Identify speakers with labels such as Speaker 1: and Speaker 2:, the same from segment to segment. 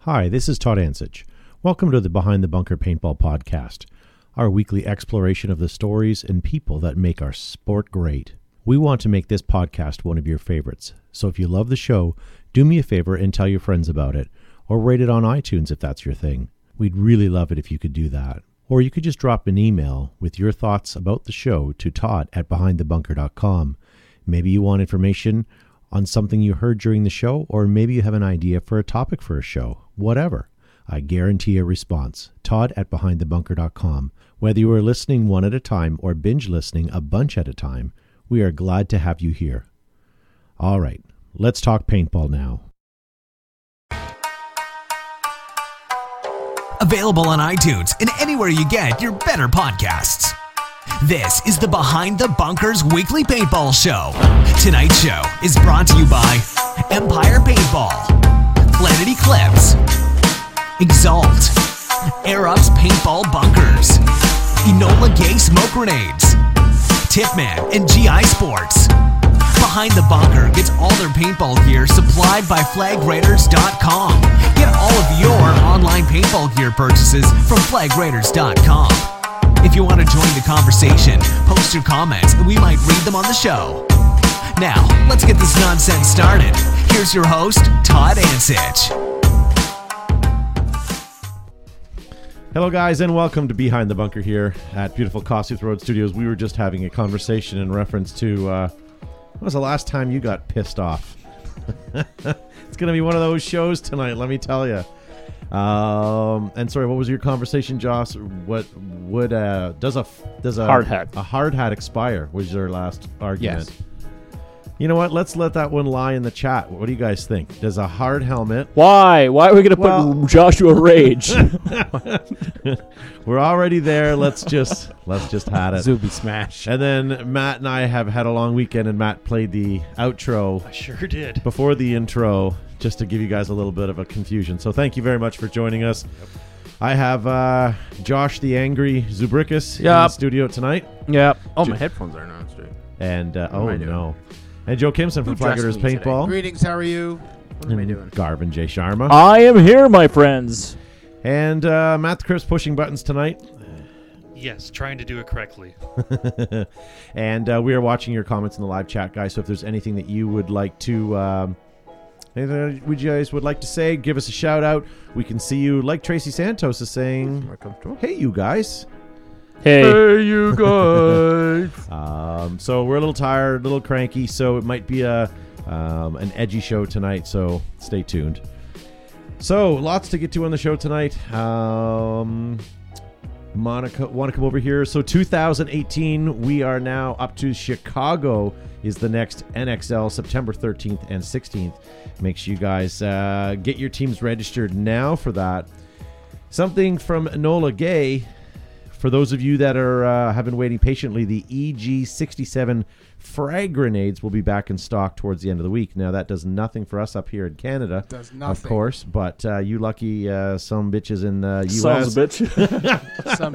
Speaker 1: Hi, this is Todd Ansich. Welcome to the Behind the Bunker Paintball Podcast, our weekly exploration of the stories and people that make our sport great. We want to make this podcast one of your favorites, so if you love the show, do me a favor and tell your friends about it, or rate it on iTunes if that's your thing. We'd really love it if you could do that. Or you could just drop an email with your thoughts about the show to Todd at behindthebunker.com. Maybe you want information on something you heard during the show, or maybe you have an idea for a topic for a show, whatever. I guarantee a response. Todd at behindthebunker.com. Whether you are listening one at a time or binge listening a bunch at a time, we are glad to have you here. All right, let's talk paintball now.
Speaker 2: Available on iTunes and anywhere you get your better podcasts. This is the Behind the Bunkers Weekly Paintball Show. Tonight's show is brought to you by Empire Paintball, Planet Eclipse, Exalt, Air Ups Paintball Bunkers, Enola Gay Smoke Grenades, Tipman, and GI Sports. Behind the Bunker gets all their paintball gear supplied by FlagRaiders.com. Get all of your online paintball gear purchases from FlagRaiders.com. If you want to join the conversation, post your comments and we might read them on the show. Now, let's get this nonsense started. Here's your host, Todd Ansich.
Speaker 1: Hello, guys, and welcome to Behind the Bunker here at beautiful Kossuth Road Studios. We were just having a conversation in reference to uh, when was the last time you got pissed off? it's going to be one of those shows tonight, let me tell you. Um, and sorry, what was your conversation, Joss? What would uh, does a f- does a
Speaker 3: Hard hat.
Speaker 1: a hard hat expire? Was your last argument? You know what? Let's let that one lie in the chat. What do you guys think? Does a hard helmet
Speaker 3: Why? Why are we gonna
Speaker 1: Well-
Speaker 3: put Joshua Rage?
Speaker 1: We're already there. Let's just let's just had it.
Speaker 4: Zuby Smash.
Speaker 1: And then Matt and I have had a long weekend, and Matt played the outro
Speaker 5: Sure did.
Speaker 1: before the intro just to give you guys a little bit of a confusion. So thank you very much for joining us. I have uh, Josh the Angry Zubricus in the
Speaker 4: Yup.
Speaker 1: studio tonight,
Speaker 4: Yep.
Speaker 3: oh, my headphones are not straight.
Speaker 1: and uh,
Speaker 3: am
Speaker 1: oh
Speaker 3: I doing?
Speaker 1: no, and Joe Kimson from
Speaker 3: dressed
Speaker 1: Flaggers
Speaker 3: me today?
Speaker 1: Paintball,
Speaker 6: Greetings, how are you?
Speaker 3: What am I doing? Uh,
Speaker 1: Garvin J Sharma,
Speaker 3: I am here, my friends.
Speaker 1: and uh, Matt the Crisp pushing buttons tonight.
Speaker 5: Yes, trying to do it correctly.
Speaker 1: and uh, we are watching your comments in the live chat, guys. So if there's anything that you would like to, um, anything that you guys would like to say, give us a shout out. We can see you, like Tracy Santos is saying,
Speaker 3: More comfortable.
Speaker 1: "Hey, you guys."
Speaker 3: Hey,
Speaker 4: you guys.
Speaker 1: Um, so we're a little tired, a little cranky. So it might be a um, an edgy show tonight. So stay tuned. So lots to get to on the show tonight. Um, Monica, want to come over here? So 2018, we are now up to Chicago. Is the next NXL September 13th and 16th? Make sure you guys uh, get your teams registered now for that. Something from Nola Gay for those of you that are uh, have been waiting patiently, the EG67 frag grenades will be back in stock towards the end of the week. Now that does nothing for us up here in Canada,
Speaker 6: Does
Speaker 1: of
Speaker 6: nothing.
Speaker 1: course. But uh, you lucky uh, some bitches in uh, the US,
Speaker 3: sons of bitch.
Speaker 6: Some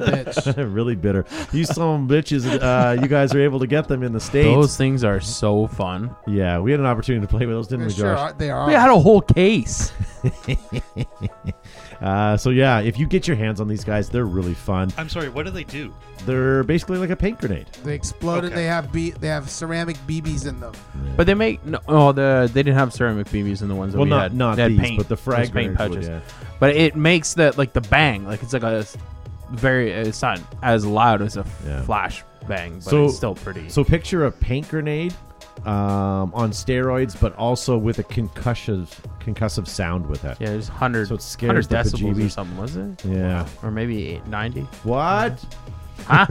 Speaker 6: bitch.
Speaker 1: really bitter. You some bitches, uh, you guys are able to get them in the states.
Speaker 4: Those things are so fun.
Speaker 1: Yeah, we had an opportunity to play with those, didn't we,
Speaker 6: They sure
Speaker 1: Josh?
Speaker 6: are, they are.
Speaker 4: We had a whole case.
Speaker 1: Uh, so yeah, if you get your hands on these guys, they're really fun.
Speaker 5: I'm sorry, what do they do?
Speaker 1: They're basically like a paint grenade.
Speaker 6: they exploded.
Speaker 5: Okay.
Speaker 6: They have be- they have ceramic BBs in them.
Speaker 4: But they make no, oh the they didn't have ceramic BBs in the ones that
Speaker 1: Well,
Speaker 4: we
Speaker 1: not
Speaker 4: had.
Speaker 1: not
Speaker 4: They had
Speaker 1: these,
Speaker 4: paint.
Speaker 1: but the
Speaker 4: Just
Speaker 1: frag
Speaker 4: paint
Speaker 1: grenades would,
Speaker 4: pouches.
Speaker 1: yeah.
Speaker 4: But it makes that like the bang like it's like a s- very it's not as loud as a
Speaker 1: Yeah.
Speaker 4: flash bang, but
Speaker 1: So-
Speaker 4: it's still pretty.
Speaker 1: So picture a paint grenade um, on steroids, but also with a concussive concussive sound with it.
Speaker 4: yeah, there's hundred
Speaker 1: So it scares
Speaker 4: 100
Speaker 1: the
Speaker 4: decibels or
Speaker 1: bejeebies.
Speaker 4: something was it?
Speaker 1: Yeah.
Speaker 4: Or maybe eight- 90?
Speaker 1: What?
Speaker 4: Huh?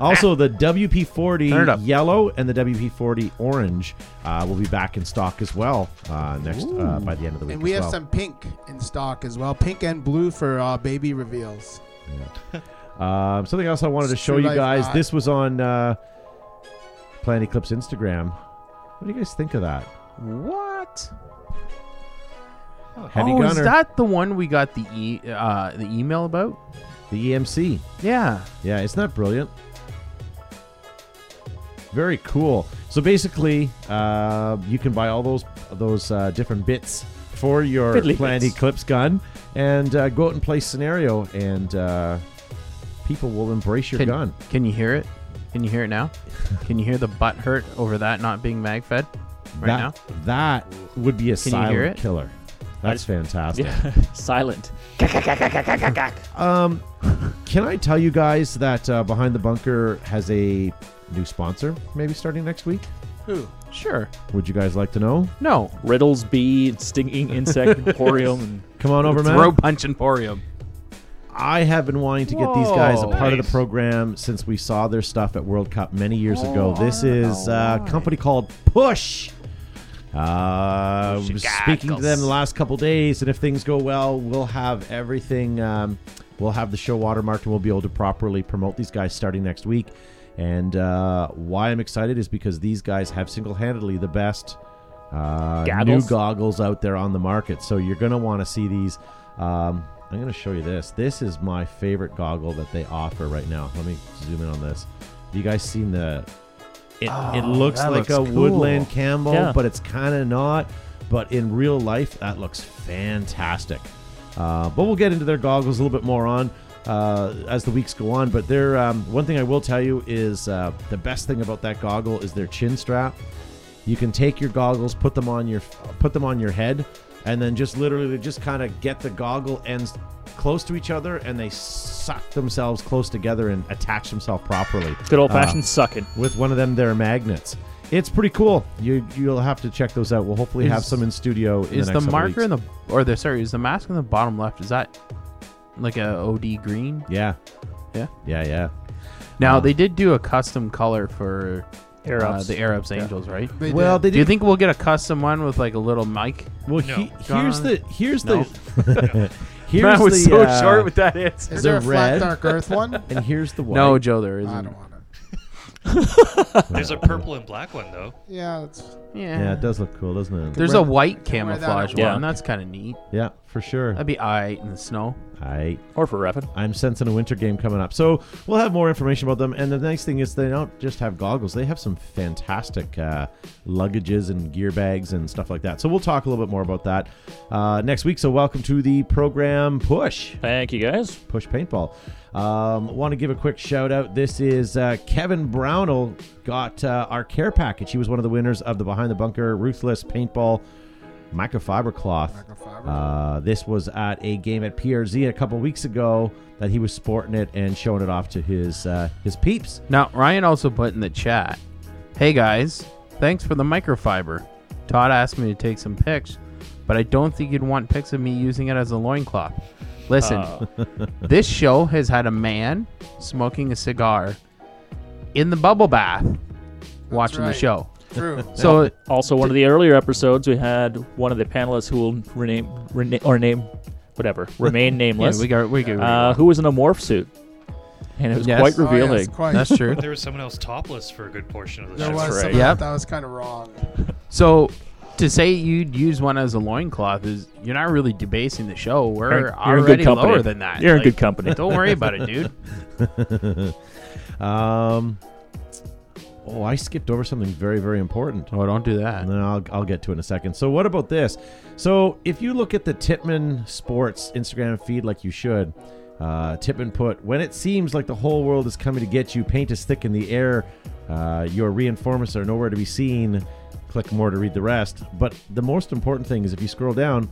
Speaker 1: Also, the
Speaker 4: Turn it up.
Speaker 1: WP40 yellow and the WP40 orange uh, will be back in stock as well uh, next uh, by the end of the week.
Speaker 6: And we
Speaker 1: as
Speaker 6: have
Speaker 1: well.
Speaker 6: some pink in stock as well. Pink and blue for uh, baby reveals.
Speaker 1: Um, something else I wanted to
Speaker 6: It's
Speaker 1: show
Speaker 6: true
Speaker 1: you
Speaker 6: life
Speaker 1: guys.
Speaker 6: not.
Speaker 1: This was on uh, Planet Eclipse Instagram. What do you guys think of that?
Speaker 4: what?
Speaker 1: Heavy
Speaker 4: oh, is
Speaker 1: Gunner,
Speaker 4: that the one we got the e- uh, the email about?
Speaker 1: the E EMC.
Speaker 4: Yeah.
Speaker 1: Yeah, it's not brilliant. Very cool. So basically, uh, you can buy all those those uh, different bits for your
Speaker 3: Fiddly
Speaker 1: Plan
Speaker 3: bits.
Speaker 1: Eclipse gun and uh, go out and play scenario, and uh, people will embrace your
Speaker 4: Can,
Speaker 1: gun.
Speaker 4: can you hear it? Can you hear it now? can you hear the butt hurt over that not being mag fed right
Speaker 1: that,
Speaker 4: now?
Speaker 1: That would be a
Speaker 4: Can you hear
Speaker 1: silent
Speaker 4: it?
Speaker 1: killer. That's fantastic.
Speaker 3: Yeah. Silent.
Speaker 1: Um, can I tell you guys that uh, Behind the Bunker has a new sponsor, maybe starting next week?
Speaker 4: Who? Sure.
Speaker 1: Would you guys like to know?
Speaker 4: No.
Speaker 3: Riddles, bee, stinging insect, emporium, and
Speaker 1: Come on over, man.
Speaker 4: Throw punch emporium.
Speaker 1: I have been wanting to get these guys a
Speaker 4: Whoa.
Speaker 1: part of the
Speaker 5: Nice.
Speaker 1: program since we saw their stuff at World Cup many years ago. This is uh, a
Speaker 4: alright.
Speaker 1: company called Push. Uh, I was speaking to them the last couple days, and if things go well, we'll have everything. Um, we'll have the show watermarked, and we'll be able to properly promote these guys starting next week. And uh, why I'm excited is because these guys have single-handedly the best uh, new
Speaker 3: Goggles?
Speaker 1: goggles out there on the market. So you're going to want to see these. Um, I'm going to show you this. This is my favorite goggle that they offer right now. Let me zoom in on this. Have you guys seen the? It, it looks
Speaker 4: Oh, that
Speaker 1: like
Speaker 4: looks
Speaker 1: a
Speaker 4: cool.
Speaker 1: woodland Campbell,
Speaker 3: Yeah.
Speaker 1: but it's kind of not. But in real life, that looks fantastic. Uh, but we'll get into their goggles a little bit more on uh, as the weeks go on. But they're um, one thing I will tell you is uh, the best thing about that goggle is their chin strap. You can take your goggles, put them on your put them on your head, and then just literally just kind of get the goggle ends close to each other, and they suck themselves close together and attach themselves properly Uh,
Speaker 3: good old fashioned sucking.
Speaker 1: with one of them their magnets. It's pretty cool. You you'll have to check those out. We'll hopefully have
Speaker 4: Is-
Speaker 1: some in studio. In
Speaker 4: Is
Speaker 1: the,
Speaker 4: the,
Speaker 1: next couple
Speaker 4: marker
Speaker 1: weeks.
Speaker 4: in the or the sorry, is the mask in the bottom left? Is that like a OD green?
Speaker 1: yeah
Speaker 4: Yeah.
Speaker 1: yeah yeah
Speaker 4: Now they did do a custom color for
Speaker 3: Air
Speaker 4: uh,
Speaker 3: Ups.
Speaker 4: the Arabs Angels, right?
Speaker 6: They
Speaker 1: well
Speaker 6: did.
Speaker 1: they
Speaker 4: Do you
Speaker 1: did
Speaker 4: think we'll get a custom one with like a little mic?
Speaker 1: well
Speaker 5: No.
Speaker 1: he, here's the here's
Speaker 4: No.
Speaker 1: the here's
Speaker 4: That was
Speaker 1: the,
Speaker 4: so
Speaker 1: uh,
Speaker 4: short with that answer.
Speaker 6: is there a
Speaker 1: the
Speaker 6: flat
Speaker 1: red-
Speaker 6: dark earth one?
Speaker 1: and here's the white.
Speaker 4: No, Joe, there
Speaker 6: I
Speaker 4: isn't.
Speaker 6: don't want it.
Speaker 5: There's a purple and black one though.
Speaker 6: Yeah, that's
Speaker 4: Yeah.
Speaker 1: yeah it does look cool doesn't it
Speaker 4: There's
Speaker 6: Wear
Speaker 4: a
Speaker 6: that-
Speaker 4: white
Speaker 6: can wear that
Speaker 4: camouflage
Speaker 6: at
Speaker 4: one.
Speaker 3: work.
Speaker 4: That's kind of neat.
Speaker 1: yeah for sure
Speaker 4: That'd be alright in the snow.
Speaker 1: I
Speaker 3: or for Revin.
Speaker 1: I'm sensing a winter game coming up. So we'll have more information about them. And the nice thing is they don't just have goggles; they have some fantastic uh, luggages and gear bags and stuff like that. So we'll talk a little bit more about that uh, next week. So welcome to the program, Push
Speaker 3: Thank you guys.
Speaker 1: Push Paintball. Um, Want to give a quick shout out. This is uh, Kevin Brownell got uh, our care package. He was one of the winners of the Behind the Bunker Ruthless Paintball microfiber cloth.
Speaker 6: microfiber.
Speaker 1: Uh, this was at a game at PRZ a couple weeks ago that he was sporting it and showing it off to his uh, his peeps.
Speaker 4: Now, Ryan also put in the chat, "Hey guys, thanks for the microfiber. Todd asked me to take some pics, but I don't think you'd want pics of me using it as a loincloth. Listen,
Speaker 3: Uh,
Speaker 4: this show has had a man smoking a cigar in the bubble bath watching
Speaker 6: right.
Speaker 4: the show.
Speaker 6: True.
Speaker 4: So,
Speaker 3: also, one of the earlier episodes, we had one of the panelists who will rename, rena- or name, whatever, remain
Speaker 4: yeah,
Speaker 3: nameless,
Speaker 4: we got we got.
Speaker 3: uh, who was in a morph suit, and it was
Speaker 4: Yes.
Speaker 3: quite
Speaker 6: Oh, yeah,
Speaker 3: revealing.
Speaker 6: it's quite-
Speaker 4: that's true.
Speaker 5: There was someone else topless for a good portion of the
Speaker 6: There
Speaker 5: show.
Speaker 6: was
Speaker 3: right.
Speaker 6: something
Speaker 4: Yep.
Speaker 6: that was kind of wrong.
Speaker 4: So to say you'd use one as a loincloth is you're not really debasing the show. We're
Speaker 3: You're in- you're in good
Speaker 4: already
Speaker 3: company.
Speaker 4: lower than that.
Speaker 3: You're in
Speaker 4: Like,
Speaker 3: good company.
Speaker 4: Don't worry about it, dude.
Speaker 1: Um, oh, I skipped over something very very important.
Speaker 4: Oh, don't do that.
Speaker 1: And then I'll, I'll get to it in a second. So, what about this? So, if you look at the Titman Sports Instagram feed like you should, uh, Titman put, When it seems like the whole world is coming to get you, paint is thick in the air, uh, your reinformers are nowhere to be seen. Click more to read the rest. But the most important thing is if you scroll down,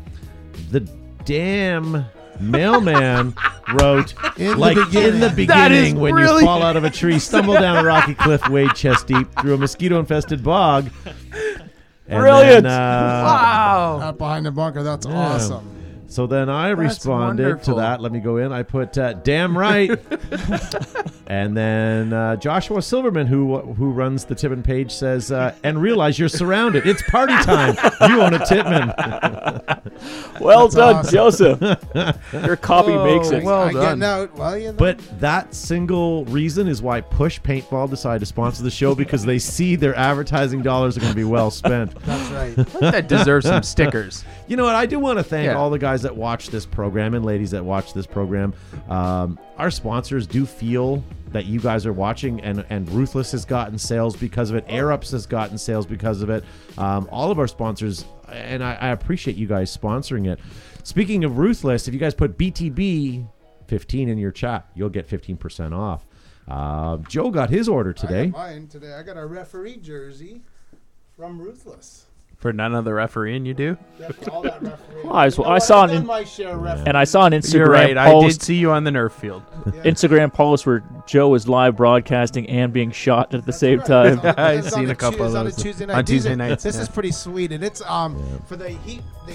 Speaker 1: the damn mailman wrote
Speaker 6: In the
Speaker 1: like in
Speaker 6: beginning.
Speaker 1: the
Speaker 4: That is
Speaker 1: beginning when you
Speaker 4: brilliant.
Speaker 1: fall out of a tree stumble down a rocky cliff wade chest deep through a mosquito infested bog and
Speaker 3: Brilliant.
Speaker 1: then, uh,
Speaker 4: Wow.
Speaker 6: Not behind the bunker. That's
Speaker 1: Yeah.
Speaker 6: awesome.
Speaker 1: So then I responded
Speaker 4: wonderful.
Speaker 1: to that. Let me go in. I put, uh, damn right. and then uh, Joshua Silverman, who who runs the Titman page, says, uh, and realize you're surrounded. It's party time. You own a Titman.
Speaker 3: Well done,
Speaker 6: awesome.
Speaker 3: Joseph. Your copy makes it.
Speaker 4: Oh, well
Speaker 6: I'm
Speaker 4: done.
Speaker 6: getting out. Well, you
Speaker 1: But that single reason is why Push Paintball decided to sponsor the show because they see their advertising dollars are going to be well spent.
Speaker 6: that's right.
Speaker 4: that deserves some stickers.
Speaker 1: You know what? I do want to thank
Speaker 4: Yeah.
Speaker 1: all the guys that watch this program and ladies that watch this program. Um, our sponsors do feel that you guys are watching, and and Ruthless has gotten sales because of it. Air Ups has gotten sales because of it. Um, all of our sponsors, and I, I appreciate you guys sponsoring it. Speaking of Ruthless, if you guys put BTB fifteen in your chat, you'll get fifteen percent off. Uh, Joe got his order
Speaker 6: I
Speaker 1: today.
Speaker 6: got mine today. I got a referee jersey from Ruthless.
Speaker 4: For none of the refereeing you do?
Speaker 6: That- for all that referee.
Speaker 3: I was-
Speaker 6: You know
Speaker 3: I
Speaker 6: what?
Speaker 3: saw
Speaker 6: I've
Speaker 3: an
Speaker 6: done
Speaker 3: in-
Speaker 6: my share of referee.
Speaker 3: And I saw an Instagram
Speaker 4: You're right. I
Speaker 3: post.
Speaker 4: did see you on the Nerf field.
Speaker 3: Instagram post where Joe is live broadcasting and being shot at the same
Speaker 6: Correct.
Speaker 3: time.
Speaker 6: It's on-
Speaker 4: I've
Speaker 6: it's on
Speaker 4: seen
Speaker 6: the
Speaker 4: a couple
Speaker 6: Tues-
Speaker 4: of
Speaker 6: on the
Speaker 4: those.
Speaker 6: Tuesday
Speaker 4: On
Speaker 6: night. These
Speaker 4: Tuesday
Speaker 6: are-
Speaker 4: nights,
Speaker 6: This
Speaker 4: yeah.
Speaker 6: is pretty sweet, and it's um for the heat the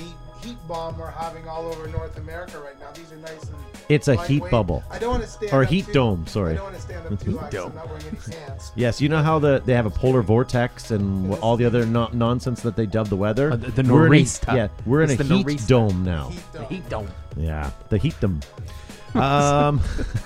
Speaker 6: heat bomb we're having all over North America right now. These are nice and
Speaker 1: It's a heat
Speaker 6: lightweight.
Speaker 1: bubble.
Speaker 6: I don't want to stand
Speaker 1: Or a
Speaker 6: up
Speaker 1: heat
Speaker 6: too-
Speaker 1: dome, sorry.
Speaker 6: I don't want to stand up too high. 'cause I'm not wearing any pants.
Speaker 1: Yes, you know how the they have a polar vortex and wh- all the other no- nonsense that they dub the weather.
Speaker 4: Uh, the- the
Speaker 1: We're in a-
Speaker 4: nor'easter.
Speaker 1: yeah, we're in
Speaker 4: It's
Speaker 1: a
Speaker 4: the
Speaker 1: heat
Speaker 4: nor'easter.
Speaker 1: dome now.
Speaker 6: Heat dome.
Speaker 4: don't.
Speaker 1: Yeah, the heat dome. Um,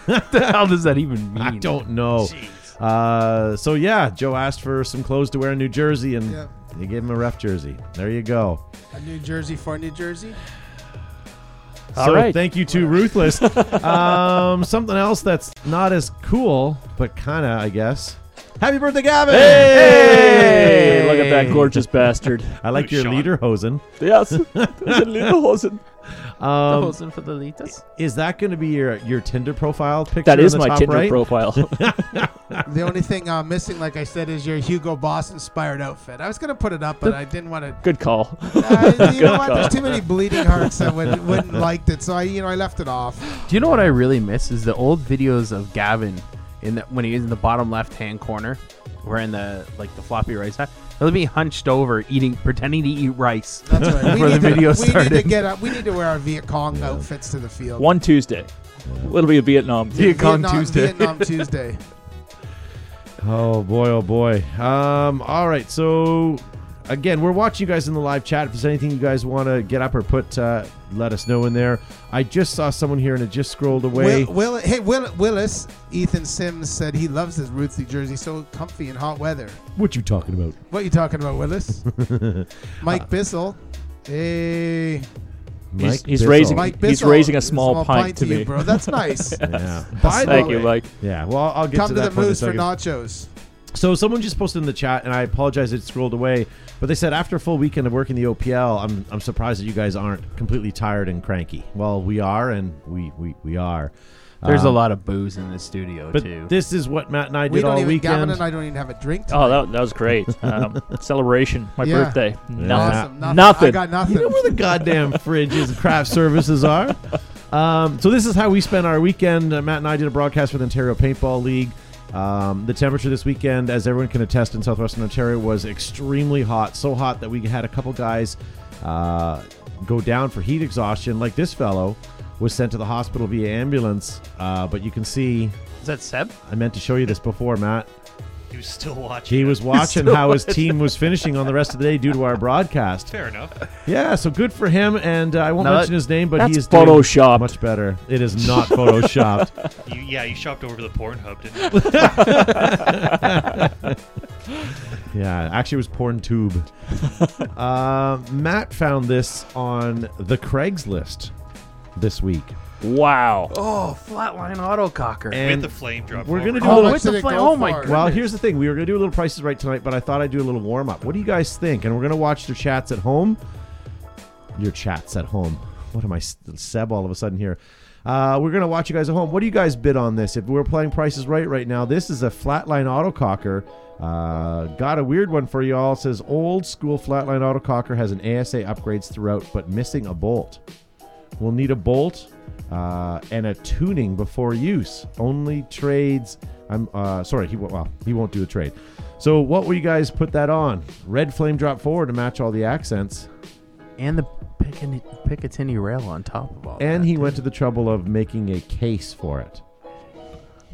Speaker 4: the hell does that even mean?
Speaker 1: I don't know.
Speaker 5: Jeez.
Speaker 1: Uh, so yeah, Joe asked for some clothes to wear in New Jersey, and
Speaker 6: Yeah.
Speaker 1: they gave him a ref jersey. There you go.
Speaker 6: A New Jersey for New Jersey.
Speaker 3: All
Speaker 1: so
Speaker 3: right.
Speaker 1: thank you to Ruthless. um, something else that's not as cool, but kind of, I guess. Happy birthday, Gavin!
Speaker 3: Hey, look at that gorgeous bastard.
Speaker 1: I like
Speaker 5: Who's
Speaker 1: your
Speaker 5: Sean?
Speaker 1: leader, Hosen.
Speaker 3: Yes, Lederhosen.
Speaker 4: The
Speaker 1: Um,
Speaker 4: hosen for the litas?
Speaker 1: is that going to be your, your Tinder profile picture?
Speaker 3: That
Speaker 1: in
Speaker 3: is
Speaker 1: the
Speaker 3: my
Speaker 1: top
Speaker 3: Tinder
Speaker 1: right?
Speaker 3: profile.
Speaker 6: The only thing uh, missing, like I said, is your Hugo Boss inspired outfit. I was gonna put it up, but I didn't want to.
Speaker 3: Good call.
Speaker 6: Uh, you know what? There's too many bleeding hearts that would, wouldn't liked it, so I, you know, I left it off.
Speaker 4: Do you know what I really miss is the old videos of Gavin in the, when he was in the bottom left hand corner, where in the like the floppy rice hat. He'll be hunched over eating, pretending to eat rice.
Speaker 6: That's right.
Speaker 4: Before the
Speaker 6: need to-
Speaker 4: video
Speaker 6: we Need
Speaker 4: started.
Speaker 6: to get up. We need to wear our Viet Cong outfits to the field.
Speaker 3: One Tuesday. It'll be a Vietnam.
Speaker 4: Viet Cong
Speaker 6: Vietnam,
Speaker 4: Tuesday.
Speaker 6: Vietnam Tuesday.
Speaker 1: Oh boy, oh boy. Um, all right, so again, we're watching you guys in the live chat. If there's anything you guys want to get up or put, uh, let us know in there. I just saw someone here and it just scrolled away.
Speaker 6: Will, Will, hey, Will, Willis, Ethan Sims said he loves his Ruthie jersey. So comfy in hot weather.
Speaker 1: what you talking about?
Speaker 6: What you talking about, Willis? Mike Bissell. Hey,
Speaker 3: He's,
Speaker 1: Mike
Speaker 3: he's
Speaker 1: Bissell.
Speaker 3: raising.
Speaker 6: Mike Bissell.
Speaker 3: he's raising a small, pint, to
Speaker 6: you,
Speaker 3: me.
Speaker 6: bro. That's nice.
Speaker 1: Yeah. By the
Speaker 3: Thank you,
Speaker 1: way-
Speaker 3: Mike.
Speaker 1: Yeah, well, I'll get
Speaker 6: Come
Speaker 1: to
Speaker 6: to,
Speaker 1: that
Speaker 6: the
Speaker 1: point in a
Speaker 6: moose for
Speaker 1: second.
Speaker 6: nachos.
Speaker 1: So someone just posted in the chat, and I apologize it scrolled away, but they said after a full weekend of working the OPL, I'm, I'm surprised that you guys aren't completely tired and cranky. Well, we are, and we we, we are.
Speaker 4: There's a
Speaker 1: Um,
Speaker 4: lot of booze in the studio
Speaker 1: But
Speaker 4: too.
Speaker 1: this is what Matt and I did
Speaker 6: We don't
Speaker 1: all
Speaker 6: even.
Speaker 1: weekend.
Speaker 6: Gavin and I don't even have a drink.
Speaker 3: Oh, that, that was great. Um, celebration. My
Speaker 6: Yeah.
Speaker 3: birthday. Nothing.
Speaker 6: Awesome. Nothing.
Speaker 3: Nothing.
Speaker 6: I got nothing.
Speaker 1: You know where the goddamn fridges and craft services are. Um, so this is how we spent our weekend. Uh, Matt and I did a broadcast with Ontario Paintball League. Um, the temperature this weekend, as everyone can attest in southwestern Ontario, was extremely hot. So hot that we had a couple guys uh, go down for heat exhaustion. Like this fellow was sent to the hospital via ambulance. Uh, but you can see,
Speaker 4: is that Seb?
Speaker 1: I meant to show you this before, Matt.
Speaker 5: He was still watching.
Speaker 1: He
Speaker 5: it.
Speaker 1: was watching how his team was finishing on the rest of the day due to our broadcast.
Speaker 5: Fair enough.
Speaker 1: Yeah, so good for him, and uh, I won't
Speaker 4: No,
Speaker 1: mention his name, but
Speaker 3: that's
Speaker 1: he is doing
Speaker 3: photoshopped.
Speaker 1: Much better. It is not photoshopped.
Speaker 5: You, yeah, you shopped over the Pornhub, didn't you?
Speaker 1: yeah, actually, it was PornTube. uh, Matt found this on the Craigslist this week.
Speaker 3: Wow.
Speaker 4: Oh, flatline autococker.
Speaker 1: And
Speaker 5: With the flame drop.
Speaker 1: we're gonna
Speaker 5: over.
Speaker 1: do
Speaker 4: oh,
Speaker 1: a little.
Speaker 6: much
Speaker 4: with the
Speaker 6: did it
Speaker 4: fla-
Speaker 6: go
Speaker 4: Oh my
Speaker 6: for?
Speaker 4: god.
Speaker 1: Well, here's the thing: we were gonna do a little prices right tonight, but I thought I'd do a little warm up. What do you guys think? And we're gonna watch the chats at home. Your chats at home. What am I, Seb? All of a sudden here. Uh, we're gonna watch you guys at home. What do you guys bid on this? If we're playing prices right right now, this is a flatline autococker. Uh, got a weird one for y'all. Says old school flatline autococker has an ASA upgrades throughout, but missing a bolt. We'll need a bolt uh, and a tuning before use. Only trades. I'm uh, sorry. He won't- well, he won't do a trade. So what will you guys put that on? Red flame drop forward to match all the accents.
Speaker 4: and the Picatin- Picatinny rail on top of all
Speaker 1: And
Speaker 4: that.
Speaker 1: he went to the trouble of making a case for it,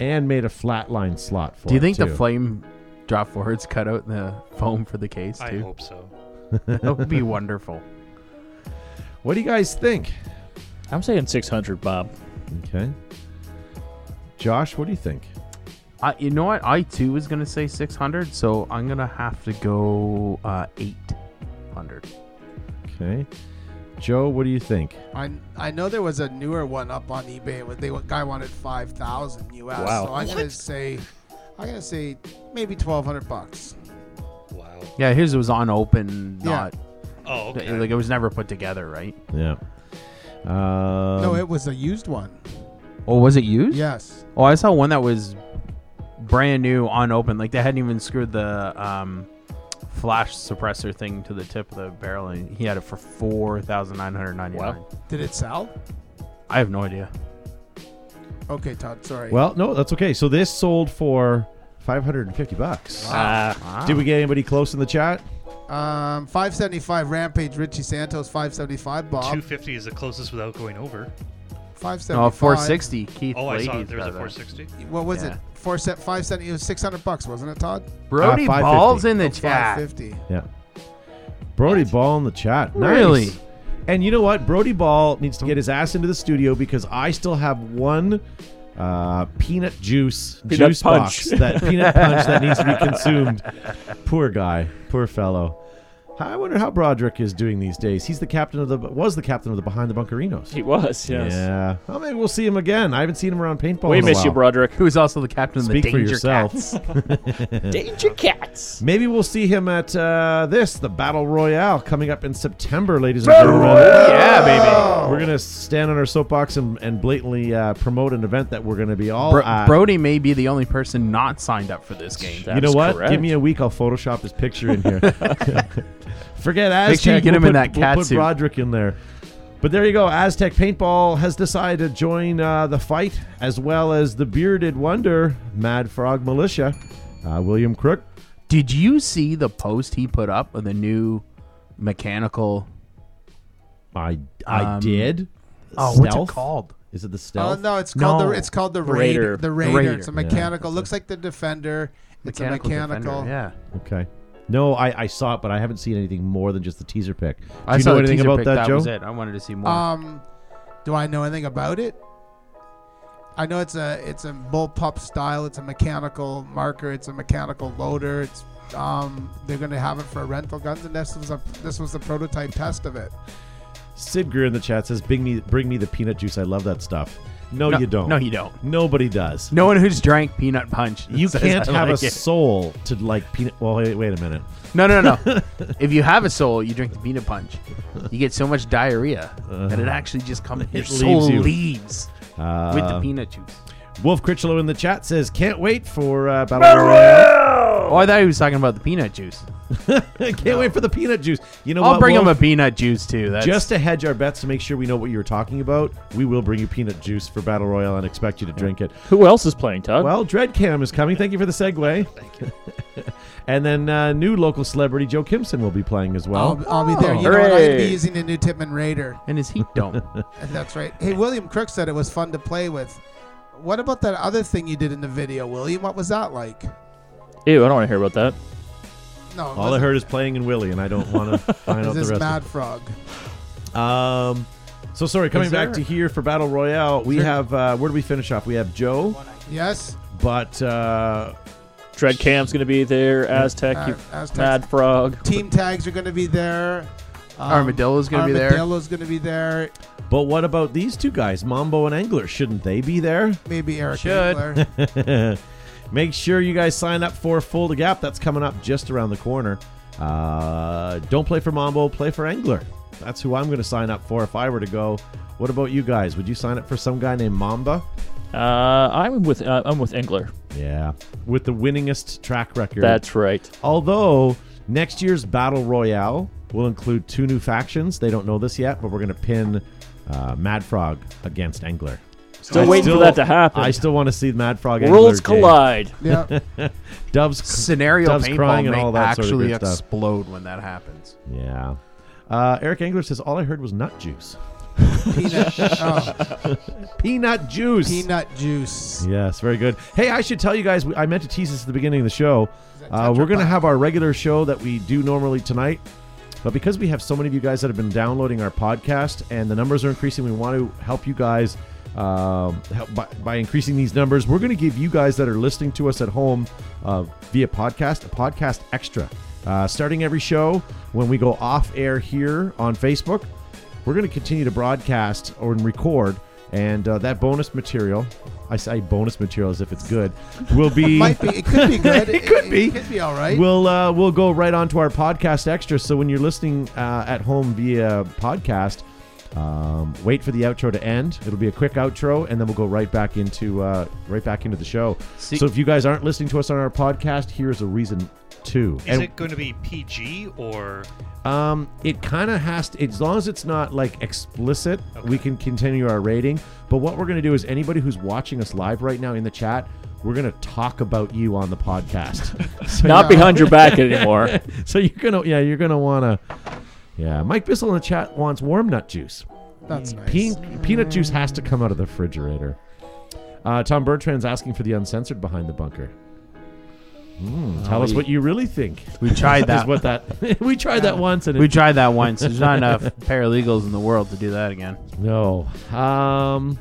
Speaker 1: and made a flatline slot for.
Speaker 4: Do you
Speaker 1: it,
Speaker 4: think the
Speaker 1: too.
Speaker 4: flame drop forwards cut out the foam for the case
Speaker 5: I
Speaker 4: too?
Speaker 5: hope so.
Speaker 4: that would be wonderful.
Speaker 1: What do you guys think?
Speaker 3: I'm saying 600, Bob.
Speaker 1: Okay. Josh, what do you think?
Speaker 4: Uh, you know what? I too was gonna say 600, so I'm gonna have to go uh, 800.
Speaker 1: Okay. Joe, what do you think?
Speaker 6: I, I know there was a newer one up on eBay. where They guy wanted five thousand US.
Speaker 3: Wow.
Speaker 6: So I'm gonna say, I'm gonna say maybe twelve hundred bucks.
Speaker 5: Wow.
Speaker 4: Yeah, his was unopened,
Speaker 6: Yeah.
Speaker 4: not
Speaker 5: Oh, okay.
Speaker 4: like it was never put together, right?
Speaker 1: Yeah. Um,
Speaker 6: no, it was a used one.
Speaker 4: Oh, was it used?
Speaker 6: Yes.
Speaker 4: Oh, I saw one that was brand new, unopened. Like they hadn't even screwed the um, flash suppressor thing to the tip of the barrel, and he had it for four thousand nine hundred ninety-nine.
Speaker 3: Wow.
Speaker 6: Did it sell?
Speaker 4: I have no idea.
Speaker 6: Okay, Todd. Sorry.
Speaker 1: well, no, that's okay. So this sold for 550 bucks.
Speaker 3: Ah.
Speaker 4: Wow.
Speaker 1: Did we get anybody close in the chat?
Speaker 6: Um, 575 Rampage Richie Santos, 575 Bob,
Speaker 5: 250 is the closest without going over.
Speaker 6: 575.
Speaker 4: No, Oh, four sixty. Keith.
Speaker 5: Oh, I saw
Speaker 4: Leahy's
Speaker 5: it. There was a
Speaker 4: got that.
Speaker 5: 460.
Speaker 6: What was
Speaker 4: Yeah.
Speaker 6: it? Four set, 570, it was 600 bucks, wasn't it, Todd?
Speaker 4: Brody
Speaker 1: Uh, 550.
Speaker 4: balls in the
Speaker 6: Oh,
Speaker 4: chat.
Speaker 6: 550.
Speaker 1: Yeah. Brody Ball in the chat. Nice.
Speaker 4: Really?
Speaker 1: And you know what? Brody Ball needs to get his ass into the studio because I still have one uh, peanut juice
Speaker 3: Peanut
Speaker 1: juice box
Speaker 3: punch.
Speaker 1: that peanut punch that needs to be consumed. Poor guy. Poor fellow. I wonder how Broderick is doing these days. He's the captain of the was the captain of the behind the bunkerinos.
Speaker 3: He was, yes.
Speaker 1: Yeah. Well, maybe we'll see him again. I haven't seen him around paintball.
Speaker 3: We
Speaker 1: in a
Speaker 3: miss you,
Speaker 1: while.
Speaker 3: Broderick.
Speaker 4: Who's also the captain of the
Speaker 1: Speak for
Speaker 4: Danger
Speaker 1: yourself.
Speaker 4: Cats.
Speaker 3: Danger Cats.
Speaker 1: Maybe we'll see him at uh, this, the Battle Royale, coming up in September, ladies and gentlemen.
Speaker 4: yeah, baby.
Speaker 1: We're going to stand on our soapbox and, and blatantly uh, promote an event that we're going to be all
Speaker 4: Bro-
Speaker 1: at.
Speaker 4: Brody may be the only person not signed up for this game.
Speaker 1: you know
Speaker 3: That's
Speaker 1: what?
Speaker 3: correct.
Speaker 1: Give me a week. I'll Photoshop his picture in here. Forget Aztec.
Speaker 4: Make sure you get him
Speaker 1: we'll
Speaker 4: in
Speaker 1: put-
Speaker 4: that
Speaker 1: we'll
Speaker 4: cat
Speaker 1: put
Speaker 4: suit.
Speaker 1: Broderick in there. But there you go. Aztec Paintball has decided to join uh, the fight, as well as the bearded wonder, Mad Frog Militia, uh, William Crook.
Speaker 4: Did you see the post he put up with the new mechanical?
Speaker 1: I I
Speaker 4: Um,
Speaker 1: did.
Speaker 4: Oh, what's it
Speaker 1: Stealth?
Speaker 4: called?
Speaker 1: Is it the
Speaker 6: Oh
Speaker 1: stealth?
Speaker 6: no, it's called
Speaker 4: No.
Speaker 6: the it's called the Raider.
Speaker 3: Raider.
Speaker 6: The Raider.
Speaker 4: Raider.
Speaker 6: It's a
Speaker 4: Yeah.
Speaker 6: mechanical. Looks like the Defender. It's a mechanical.
Speaker 4: defender, yeah.
Speaker 1: Okay. No, I, I saw it, but I haven't seen anything more than just the teaser pic. Do
Speaker 4: I
Speaker 1: you
Speaker 4: saw
Speaker 1: know
Speaker 4: the
Speaker 1: anything
Speaker 4: teaser
Speaker 1: about
Speaker 4: pic,
Speaker 1: that, Joe? Uh,
Speaker 4: was it. I wanted to see more.
Speaker 6: Um, do I know anything about it? I know it's a it's a bullpup style. It's a mechanical marker. It's a mechanical loader. It's um they're gonna have it for rental guns, and this was a this was the prototype test of it.
Speaker 1: Sid Greer in the chat says, "Bring me, bring me the peanut juice. I love that stuff." No,
Speaker 4: No-
Speaker 1: you don't.
Speaker 4: No, you don't.
Speaker 1: Nobody does.
Speaker 4: No one who's drank peanut punch.
Speaker 1: You
Speaker 4: says
Speaker 1: can't
Speaker 4: I
Speaker 1: have
Speaker 4: like
Speaker 1: a
Speaker 4: it.
Speaker 1: soul to like peanut. Well, wait, wait a minute.
Speaker 4: No, no, no. if you have a soul, you drink the peanut punch. You get so much diarrhea that it actually just comes. Your
Speaker 1: Uh-huh. leaves
Speaker 4: soul
Speaker 1: you.
Speaker 4: leaves
Speaker 1: Uh,
Speaker 4: with the peanut juice.
Speaker 1: Wolf Critchlow in the chat says, "Can't wait for uh, Battle Royale.
Speaker 4: Oh, I thought he was talking about the peanut juice.
Speaker 1: Can't wait for the peanut juice." You know
Speaker 4: I'll
Speaker 1: what?
Speaker 4: bring him a
Speaker 1: Wolf?
Speaker 4: peanut juice too. That's
Speaker 1: Just to hedge our bets to make sure we know what you're talking about, we will bring you peanut juice for Battle Royale and expect you to drink it.
Speaker 3: Who else is playing, Todd?
Speaker 1: Well, Dreadcam is coming. Thank you for the segue. Thank you. and then uh, new local celebrity Joe Kimson will be playing as well.
Speaker 6: I'll, I'll be there. You know what? I'm gonna be
Speaker 3: Hooray.
Speaker 6: using the new Tipman Raider.
Speaker 4: and his heat dome.
Speaker 6: And that's right. Hey, William Crook said it was fun to play with. What about that other thing you did in the video, William? What was that like?
Speaker 3: Ew, I don't want to hear about that.
Speaker 6: No, it
Speaker 1: All I
Speaker 6: wasn't.
Speaker 1: heard is playing in Willie, and I don't want to find
Speaker 6: It
Speaker 1: out
Speaker 6: was
Speaker 1: the
Speaker 6: this
Speaker 1: rest.
Speaker 6: Mad Frog.
Speaker 1: Um, so sorry, coming back to
Speaker 4: there-
Speaker 1: here for Battle Royale, we
Speaker 4: there-
Speaker 1: have uh, where do we finish off? We have Joe,
Speaker 6: Yes.
Speaker 1: but uh,
Speaker 3: Dread Cam's going to be there. Aztec,
Speaker 6: Uh,
Speaker 3: you
Speaker 6: Aztecs.
Speaker 3: Mad Frog.
Speaker 6: Team tags are going to be there. Um,
Speaker 4: Armadillo's gonna be there.
Speaker 6: Armadillo's going to be there.
Speaker 1: but what about these two guys, Mambo and Angler? Shouldn't they be there?
Speaker 6: Maybe Eric
Speaker 4: Should.
Speaker 6: Engler.
Speaker 1: Make sure you guys sign up for Full to Gap. That's coming up just around the corner. Uh, don't play for Mambo, play for Angler. That's who I'm going to sign up for if I were to go. What about you guys? Would you sign up for some guy named Mamba?
Speaker 3: Uh, I'm with uh, I'm with Engler.
Speaker 1: Yeah, with the winningest track record.
Speaker 3: That's right.
Speaker 1: Although next year's battle royale will include two new factions. They don't know this yet, but we're going to pin uh, Mad Frog against Angler.
Speaker 3: Still
Speaker 1: I
Speaker 3: waiting for that to happen.
Speaker 1: I still want to see Mad Frog.
Speaker 3: Worlds
Speaker 1: Angler game.
Speaker 3: collide.
Speaker 6: yeah.
Speaker 1: Doves
Speaker 4: Scenario
Speaker 1: Doves
Speaker 4: paintball
Speaker 1: crying
Speaker 4: may
Speaker 1: and all that sort of
Speaker 4: actually
Speaker 1: good stuff.
Speaker 4: explode when that happens.
Speaker 1: Yeah. Uh, Eric Angler says, All I heard was nut juice.
Speaker 6: Peanut, oh,
Speaker 1: Peanut juice.
Speaker 6: peanut juice.
Speaker 1: Yes, very good. Hey, I should tell you guys, we- I meant to tease this at the beginning of the show. Uh, we're going to have our regular show that we do normally tonight. But because we have so many of you guys that have been downloading our podcast and the numbers are increasing, we want to help you guys um, help by, by increasing these numbers. We're going to give you guys that are listening to us at home uh, via podcast a podcast extra. Uh, starting every show when we go off air here on Facebook, We're going to continue to broadcast or and record, and uh, that bonus material, I say bonus material as if it's good, will be.
Speaker 6: Might be. It could be good.
Speaker 1: It could be.
Speaker 6: It could be all right.
Speaker 1: We'll uh, we'll go right on to our podcast extra. So when you're listening uh, at home via podcast, um, wait for the outro to end. It'll be a quick outro, and then we'll go right back into uh, right back into the show.
Speaker 4: See-
Speaker 1: so if you guys aren't listening to us on our podcast, here's a reason to.
Speaker 5: Is
Speaker 1: And,
Speaker 5: it going to be PG or
Speaker 1: um, it kind of has to, as long as it's not like explicit, we can continue our rating. But what we're going to do is anybody who's watching us live right now in the chat, we're going to talk about you on the podcast. so
Speaker 3: Not behind your back anymore.
Speaker 1: so you're gonna, yeah, you're gonna wanna, yeah. Mike Bissell in the chat wants warm nut juice.
Speaker 6: That's nice.
Speaker 1: Pe- Peanut juice has to come out of the refrigerator. Uh, Tom Bertrand's asking for the uncensored behind the bunker. Mm, tell us
Speaker 4: we-
Speaker 1: what you really think.
Speaker 4: We
Speaker 1: That
Speaker 4: tried that.
Speaker 1: is what that we tried that once and
Speaker 4: we
Speaker 1: it,
Speaker 4: tried that once. There's not enough paralegals in the world to do that again.
Speaker 1: no. Um,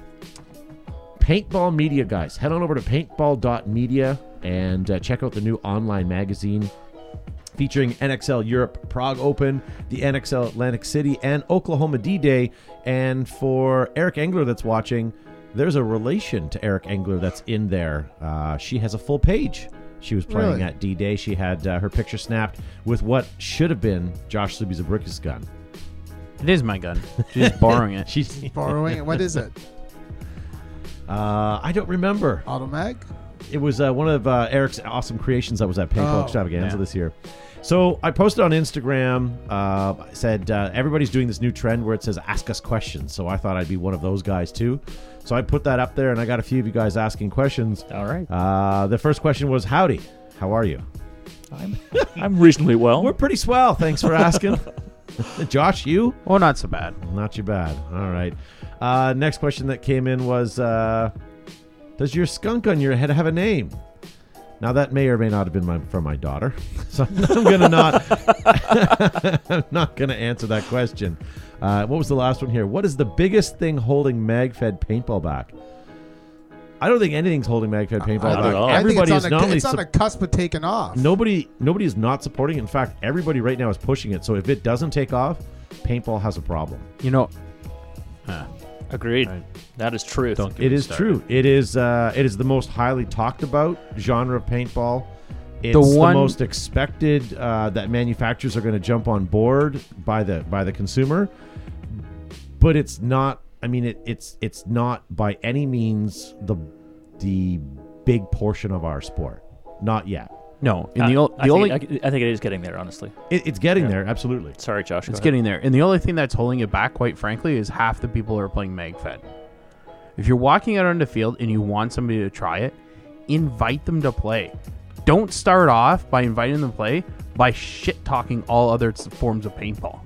Speaker 1: paintball media guys, head on over to paintball.media and uh, check out the new online magazine featuring NXL Europe Prague Open, the NXL Atlantic City, and Oklahoma D Day. And for Eric Engler that's watching, there's a relation to Eric Engler that's in there. Uh, she has a full page. She was playing
Speaker 6: Really?
Speaker 1: at D Day. She had uh, her picture snapped with what should have been Josh Subizabricka's gun.
Speaker 4: It is my gun. She's borrowing it.
Speaker 1: She's,
Speaker 6: Borrowing. it. What is it?
Speaker 1: uh, I don't remember.
Speaker 6: Automag?
Speaker 1: It was uh, one of uh, Eric's awesome creations that was at Paintball
Speaker 6: Oh,
Speaker 1: Extravaganza
Speaker 4: yeah.
Speaker 1: this year. So I posted on Instagram, uh, I said uh, everybody's doing this new trend where it says ask us questions. So I thought I'd be one of those guys too. So I put that up there and I got a few of you guys asking questions.
Speaker 3: All right.
Speaker 1: Uh, the first question was, Howdy, how are you?
Speaker 3: I'm, I'm reasonably well.
Speaker 1: We're pretty swell. Thanks for asking. Josh, you?
Speaker 4: Well, not so bad.
Speaker 1: Not too bad. All right. Uh, next question that came in was uh, Does your skunk on your head have a name? Now, that may or may not have been my, from my daughter. So I'm going to not. I'm not going to answer that question. Uh, what was the last one here? What is the biggest thing holding MagFed paintball back? I don't think anything's holding MagFed paintball
Speaker 6: I
Speaker 3: at
Speaker 1: back.
Speaker 6: think-
Speaker 3: all.
Speaker 6: I think
Speaker 1: Everybody is
Speaker 6: it's on, a,
Speaker 1: normally
Speaker 6: it's on
Speaker 1: sup-
Speaker 6: the cusp of taking off.
Speaker 1: nobody nobody is not supporting. it. In fact, everybody right now is pushing it. So if it doesn't take off, paintball has a problem.
Speaker 4: You know,
Speaker 3: Agreed. That is truth.
Speaker 4: Don't get
Speaker 1: It
Speaker 4: me
Speaker 1: is
Speaker 4: started.
Speaker 1: true. It is uh, it is the most highly talked about genre of paintball. It's the,
Speaker 4: The one-
Speaker 1: most expected uh, that manufacturers are going to jump on board by the by the consumer, but it's not. I mean, it, it's it's not by any means the the big portion of our sport. Not yet.
Speaker 4: No, in
Speaker 3: Uh,
Speaker 4: the, ol-
Speaker 3: I
Speaker 4: the only
Speaker 3: think, I, I think it is getting there, honestly.
Speaker 1: It, it's getting there, absolutely.
Speaker 3: Sorry, Josh.
Speaker 4: It's
Speaker 3: go ahead.
Speaker 4: getting there. And the only thing that's holding it back, quite frankly, is half the people are playing MagFed. If you're walking out on the field and you want somebody to try it, invite them to play. Don't start off by inviting them to play by shit talking all other s- forms of paintball.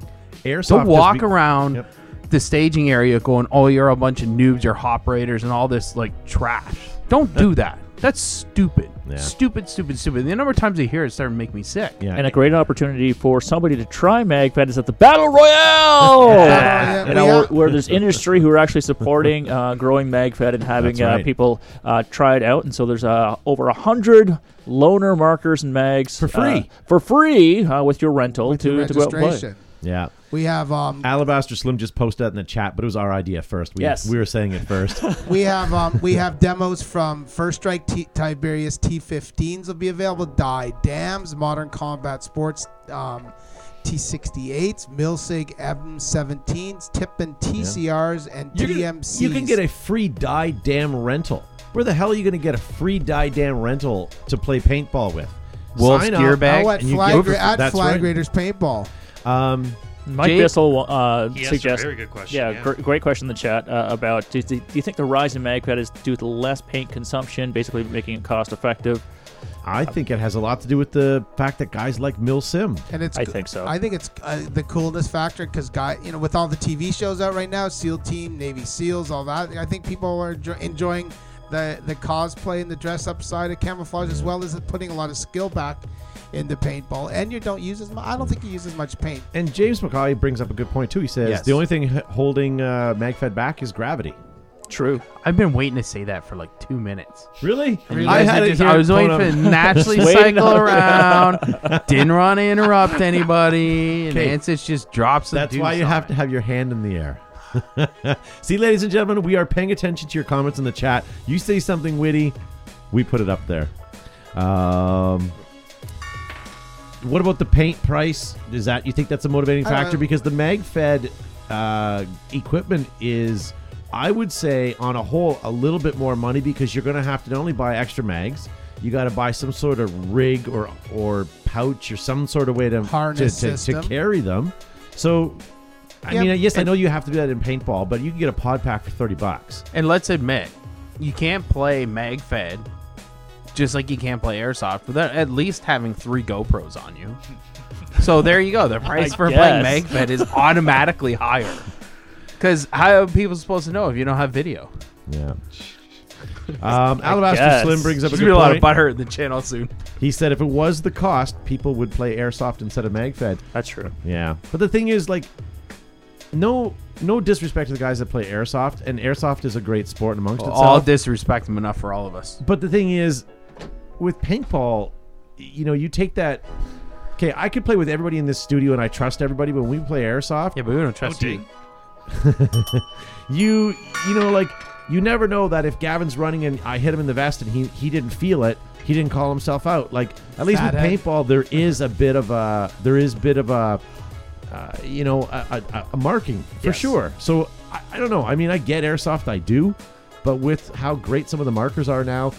Speaker 1: Airsoft
Speaker 4: So
Speaker 1: has
Speaker 4: walk
Speaker 1: be-
Speaker 4: around
Speaker 1: Yep.
Speaker 4: the staging area going, oh, you're a bunch of noobs, you're operators, and all this like trash. Don't do that. That's stupid.
Speaker 1: Yeah.
Speaker 4: Stupid, stupid, stupid. The number of times I hear it, it's starting to make me sick.
Speaker 1: Yeah,
Speaker 3: And a great opportunity for somebody to try MagFed is at the Battle Royale!
Speaker 6: Yeah.
Speaker 3: You know, where,
Speaker 6: Yeah.
Speaker 3: where there's industry who are actually supporting uh, growing MagFed and having
Speaker 1: That's right.
Speaker 3: uh, people uh, try it out. And so there's uh, over 100 loaner markers and mags. For
Speaker 1: free.
Speaker 3: for free uh, with your rental to, to go out and play.
Speaker 6: Registration.
Speaker 1: yeah.
Speaker 6: We have um
Speaker 1: Alabaster Slim just posted that in the chat, but it was our idea first. We,
Speaker 3: Yes.
Speaker 1: we were saying it first.
Speaker 6: we have um we have demos from First Strike T- Tiberius T15s will be available. Die Dams, Modern Combat Sports, um, T68s, Milsig M17s, Tippin TCRs, and
Speaker 1: You're gonna-
Speaker 6: DMCs.
Speaker 1: You can get a free die dam rental. Where the hell are you going to get a free die dam rental to play paintball with?
Speaker 4: Wolf's
Speaker 1: Sign
Speaker 4: gear
Speaker 1: up.
Speaker 4: bag.
Speaker 6: Oh, at
Speaker 1: and you
Speaker 6: Fly,
Speaker 1: get-
Speaker 6: Gra- at
Speaker 1: that's
Speaker 6: Fly
Speaker 1: right.
Speaker 6: Graders Paintball.
Speaker 1: Um,
Speaker 3: Mike
Speaker 4: Jake-
Speaker 3: Bissell uh,
Speaker 5: He asked a
Speaker 3: suggests.
Speaker 5: very good question,
Speaker 3: Yeah,
Speaker 5: yeah.
Speaker 3: Gr- great question in the chat uh, about do, do you think the rise in MagFed is due to less paint consumption, basically making it cost effective?
Speaker 1: I think it has a lot to do with the fact that guys like Mil Sim.
Speaker 6: and it's
Speaker 3: I
Speaker 6: g-
Speaker 3: think so.
Speaker 6: I think it's uh, the coolness factor because guy, you know, with all the TV shows out right now, SEAL Team, Navy SEALs, all that. I think people are enjo- enjoying the the cosplay and the dress up side of camouflage as well as putting a lot of skill back into paintball. And you don't use as much. I don't think you use as much paint.
Speaker 1: And James McCauley brings up a good point, too. He says
Speaker 4: Yes.
Speaker 1: the only thing h- holding uh, MagFed back is gravity.
Speaker 3: True.
Speaker 4: I've been waiting to say that for like two minutes.
Speaker 1: Really?
Speaker 4: And you
Speaker 6: I
Speaker 4: guys
Speaker 6: had
Speaker 4: had
Speaker 6: it
Speaker 4: just-
Speaker 1: here
Speaker 4: I was waiting for it
Speaker 1: pulling
Speaker 4: to naturally
Speaker 3: Waiting
Speaker 4: cycle
Speaker 3: on-
Speaker 4: around. Didn't want to interrupt anybody. And
Speaker 1: 'Kay.
Speaker 4: Ansys just drops the
Speaker 1: That's
Speaker 4: deuce
Speaker 1: why you
Speaker 4: on
Speaker 1: have
Speaker 4: it.
Speaker 1: to have your hand in the air. See, ladies and gentlemen, we are paying attention to your comments in the chat. You say something witty, we put it up there. Um, what about the paint price? Is that you think that's a motivating factor?
Speaker 6: Uh,
Speaker 1: because the MagFed uh, equipment is, I would say, on a whole, a little bit more money because you're going to have to not only buy extra mags, you got to buy some sort of rig or or pouch or some sort of way to
Speaker 6: Harness
Speaker 1: to, to, to
Speaker 6: system.
Speaker 1: carry them. So, I
Speaker 6: Yeah,
Speaker 1: mean, yes, I
Speaker 6: and-
Speaker 1: know you have to do that in paintball, but you can get a pod pack for thirty bucks.
Speaker 4: And let's admit, you can't play MagFed just like you can't play Airsoft without at least having three GoPros on you. So there you go. The price for playing
Speaker 3: guess.
Speaker 4: MagFed is automatically higher. Because how are people supposed to know if you don't have video?
Speaker 1: Yeah. Um, Alabaster
Speaker 3: guess.
Speaker 1: Slim brings up a
Speaker 4: There's
Speaker 1: good
Speaker 4: gonna be a lot of
Speaker 1: point.
Speaker 4: butthurt in the channel soon.
Speaker 1: He said if it was the cost, people would play airsoft instead of magfed.
Speaker 3: That's true.
Speaker 1: Yeah. But the thing is, like, no, no disrespect to the guys that play airsoft, and airsoft is a great sport amongst itself.
Speaker 4: All disrespect them enough for all of us.
Speaker 1: But the thing is, with paintball, you know, you take that. Okay, I could play with everybody in this studio, and I trust everybody. But when we play airsoft,
Speaker 4: Yeah, but we don't
Speaker 5: Oh,
Speaker 4: trust you.
Speaker 5: dang.
Speaker 1: you you know like you never know that if Gavin's running and I hit him in the vest and he he didn't feel it, he didn't call himself out. Like at least with
Speaker 6: Fathead.
Speaker 1: paintball, there is a bit of a there is bit of a uh, you know a, a, a marking for
Speaker 4: Yes.
Speaker 1: sure. So I, I don't know. I mean, I get airsoft, I do, but with how great some of the markers are now,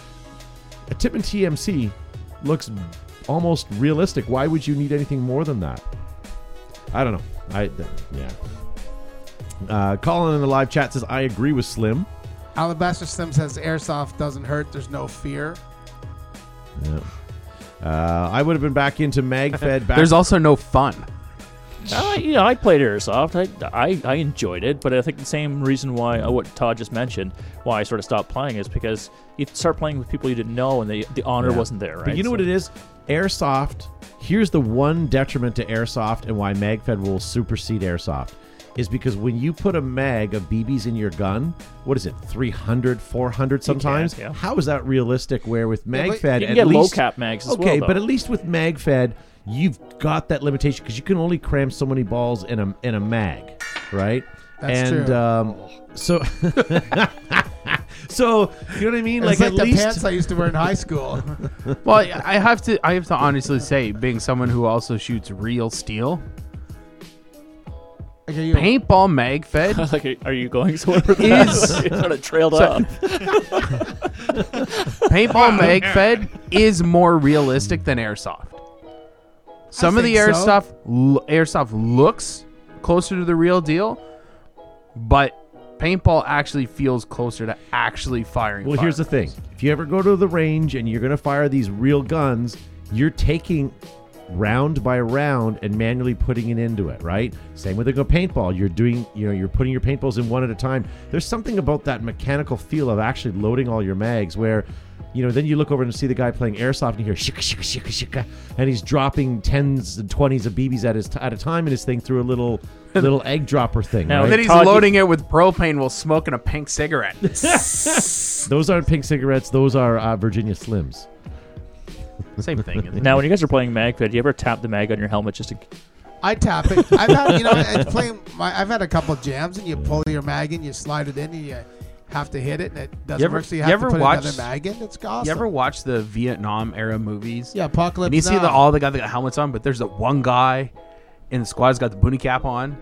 Speaker 1: a tip and TMC looks almost realistic. Why would you need anything more than that? I don't know. I th- yeah. Uh, Colin in the live chat says I agree with Slim.
Speaker 6: Alabaster Slim says airsoft doesn't hurt. There's no fear.
Speaker 1: Uh, I would have been back into MagFed. Back
Speaker 4: There's also no fun.
Speaker 3: I, you know, Uh, I played airsoft. I, I I enjoyed it, but I think the same reason why uh, what Todd just mentioned, why I sort of stopped playing, is because you start playing with people you didn't know, and the the honor
Speaker 1: Yeah.
Speaker 3: wasn't there. Right.
Speaker 1: But you know what it is? Airsoft. Here's the one detriment to airsoft and why MagFed will supersede airsoft is because when you put a mag of BBs in your gun, what is it, 300, 400 sometimes?
Speaker 3: yeah.
Speaker 1: How is that realistic? Where with
Speaker 6: but
Speaker 1: MagFed,
Speaker 3: You can
Speaker 1: at
Speaker 3: get low
Speaker 1: least-
Speaker 3: cap mags as
Speaker 1: okay,
Speaker 3: well,
Speaker 1: but
Speaker 3: though.
Speaker 1: at least with MagFed, you've got that limitation because you can only cram so many balls in a in a mag, right?
Speaker 6: That's
Speaker 1: and
Speaker 6: true.
Speaker 1: um, so, so you know what I mean? Like
Speaker 6: Like, it's like
Speaker 1: at
Speaker 6: the
Speaker 1: least
Speaker 6: pants I used to wear in high school.
Speaker 4: Well, I I have to. I have to honestly say, being someone who also shoots real steel,
Speaker 6: okay, you,
Speaker 4: paintball magfed
Speaker 3: Like, are- are you going somewhere? with that?
Speaker 4: is
Speaker 3: It sort of trailed off.
Speaker 4: paintball magfed is more realistic than airsoft. Some of the
Speaker 6: think so.
Speaker 4: airsoft l- airsoft looks closer to the real deal, but paintball actually feels closer to actually firing.
Speaker 1: Well, here's the
Speaker 4: firearms.
Speaker 1: thing: if you ever go to the range and you're going to fire these real guns, you're taking round by round and manually putting it into it, right? Same with a go paintball. You're doing, you know, you're putting your paintballs in one at a time. There's something about that mechanical feel of actually loading all your mags where. You know, then you look over and see the guy playing airsoft, and you hear shika shika shika shika, and he's dropping tens and twenties of BBs at his t- at a time in his thing through a little little egg dropper thing.
Speaker 3: Now,
Speaker 1: right?
Speaker 4: And then he's
Speaker 3: Todd, you-
Speaker 4: loading it with propane while smoking a pink cigarette.
Speaker 1: Those aren't pink cigarettes; those are uh, Virginia Slims.
Speaker 4: Same thing. isn't it?
Speaker 3: Now, when you guys are playing mag, do you ever tap the mag on your helmet just to?
Speaker 6: I tap it. I've had, you know, it's playing my, I've had a couple jams, and you pull your mag in, you slide it in, and you have to hit it, and it doesn't
Speaker 4: You ever-
Speaker 6: work. So you
Speaker 4: you
Speaker 6: have
Speaker 4: ever
Speaker 6: to put
Speaker 4: watch-
Speaker 6: another mag in. It's awesome.
Speaker 4: You ever watch the Vietnam era movies?
Speaker 6: yeah, apocalypse.
Speaker 4: And you see
Speaker 6: Now.
Speaker 4: the, all the guys that got helmets on, but there's the one guy in the squad has got the booty cap on.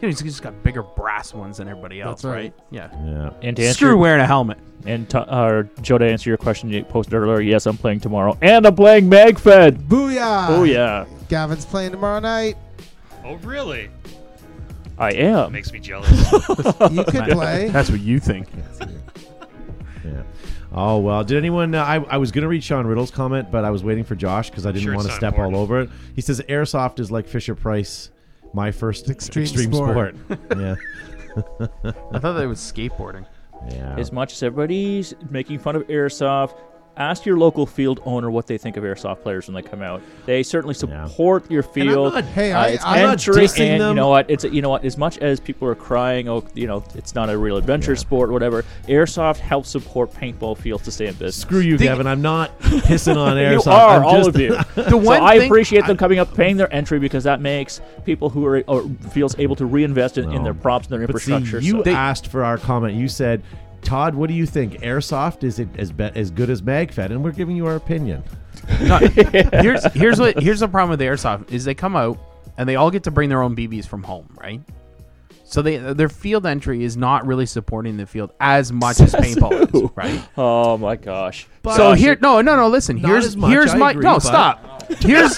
Speaker 4: You know, he's just got bigger brass ones than everybody else,
Speaker 6: That's right.
Speaker 4: right. Yeah.
Speaker 1: Yeah.
Speaker 3: And to answer,
Speaker 4: Screw wearing a helmet.
Speaker 3: And to, uh, Joe, to answer your question you posted earlier, yes, I'm playing tomorrow, and I'm playing Magfed.
Speaker 6: Booyah!
Speaker 3: Oh yeah,
Speaker 6: Gavin's playing tomorrow night.
Speaker 5: Oh, really?
Speaker 3: I am.
Speaker 5: Makes me jealous.
Speaker 4: Oh,
Speaker 6: You could play.
Speaker 4: That's what you think.
Speaker 1: Yeah. Oh well. Did anyone? Uh, I I was gonna read Sean Riddle's comment, but I was waiting for Josh because I didn't
Speaker 5: Sure, it's
Speaker 1: want to
Speaker 5: not
Speaker 1: step
Speaker 5: important.
Speaker 1: all over it. He says airsoft is like Fisher Price, my first
Speaker 6: Extreme
Speaker 1: extreme, sport.
Speaker 6: sport."
Speaker 1: yeah.
Speaker 4: I thought that was skateboarding.
Speaker 1: Yeah.
Speaker 3: As much as everybody's making fun of airsoft, ask your local field owner what they think of airsoft players when they come out. They certainly support your
Speaker 1: I'm
Speaker 3: field. Uh,
Speaker 1: not-
Speaker 6: hey, I-
Speaker 3: it's
Speaker 6: I'm
Speaker 1: not
Speaker 3: entry,
Speaker 1: dissing
Speaker 3: and
Speaker 1: them.
Speaker 3: you know what? It's you know what? As much as people are crying, oh, you know, it's not a real adventure sport, or whatever. Airsoft helps support paintball fields to stay in business.
Speaker 1: Screw you,
Speaker 4: The-
Speaker 1: Gavin. I'm not pissing on airsoft.
Speaker 3: You are
Speaker 1: I'm
Speaker 3: all
Speaker 1: just,
Speaker 3: of you.
Speaker 4: The one
Speaker 3: so I
Speaker 4: thing-
Speaker 3: appreciate them coming up, paying their entry because that makes people who are or feels able to reinvest in, in their props and their
Speaker 1: But see,
Speaker 3: infrastructure.
Speaker 1: you
Speaker 3: so-
Speaker 4: They-
Speaker 1: asked for our comment. You said, Todd, what do you think? Airsoft is it as be- as good as Magfed? And we're giving you our opinion.
Speaker 4: No, here's here's what here's the problem with airsoft is they come out and they all get to bring their own BBs from home, right? So they their field entry is not really supporting the field as much as paintball is, right?
Speaker 3: oh my gosh!
Speaker 4: so
Speaker 3: Gosh,
Speaker 4: here, no, no, no. Listen,
Speaker 1: as
Speaker 4: here's
Speaker 1: much,
Speaker 4: here's
Speaker 1: I
Speaker 4: my
Speaker 1: agree,
Speaker 4: no
Speaker 1: but-
Speaker 4: stop. Here's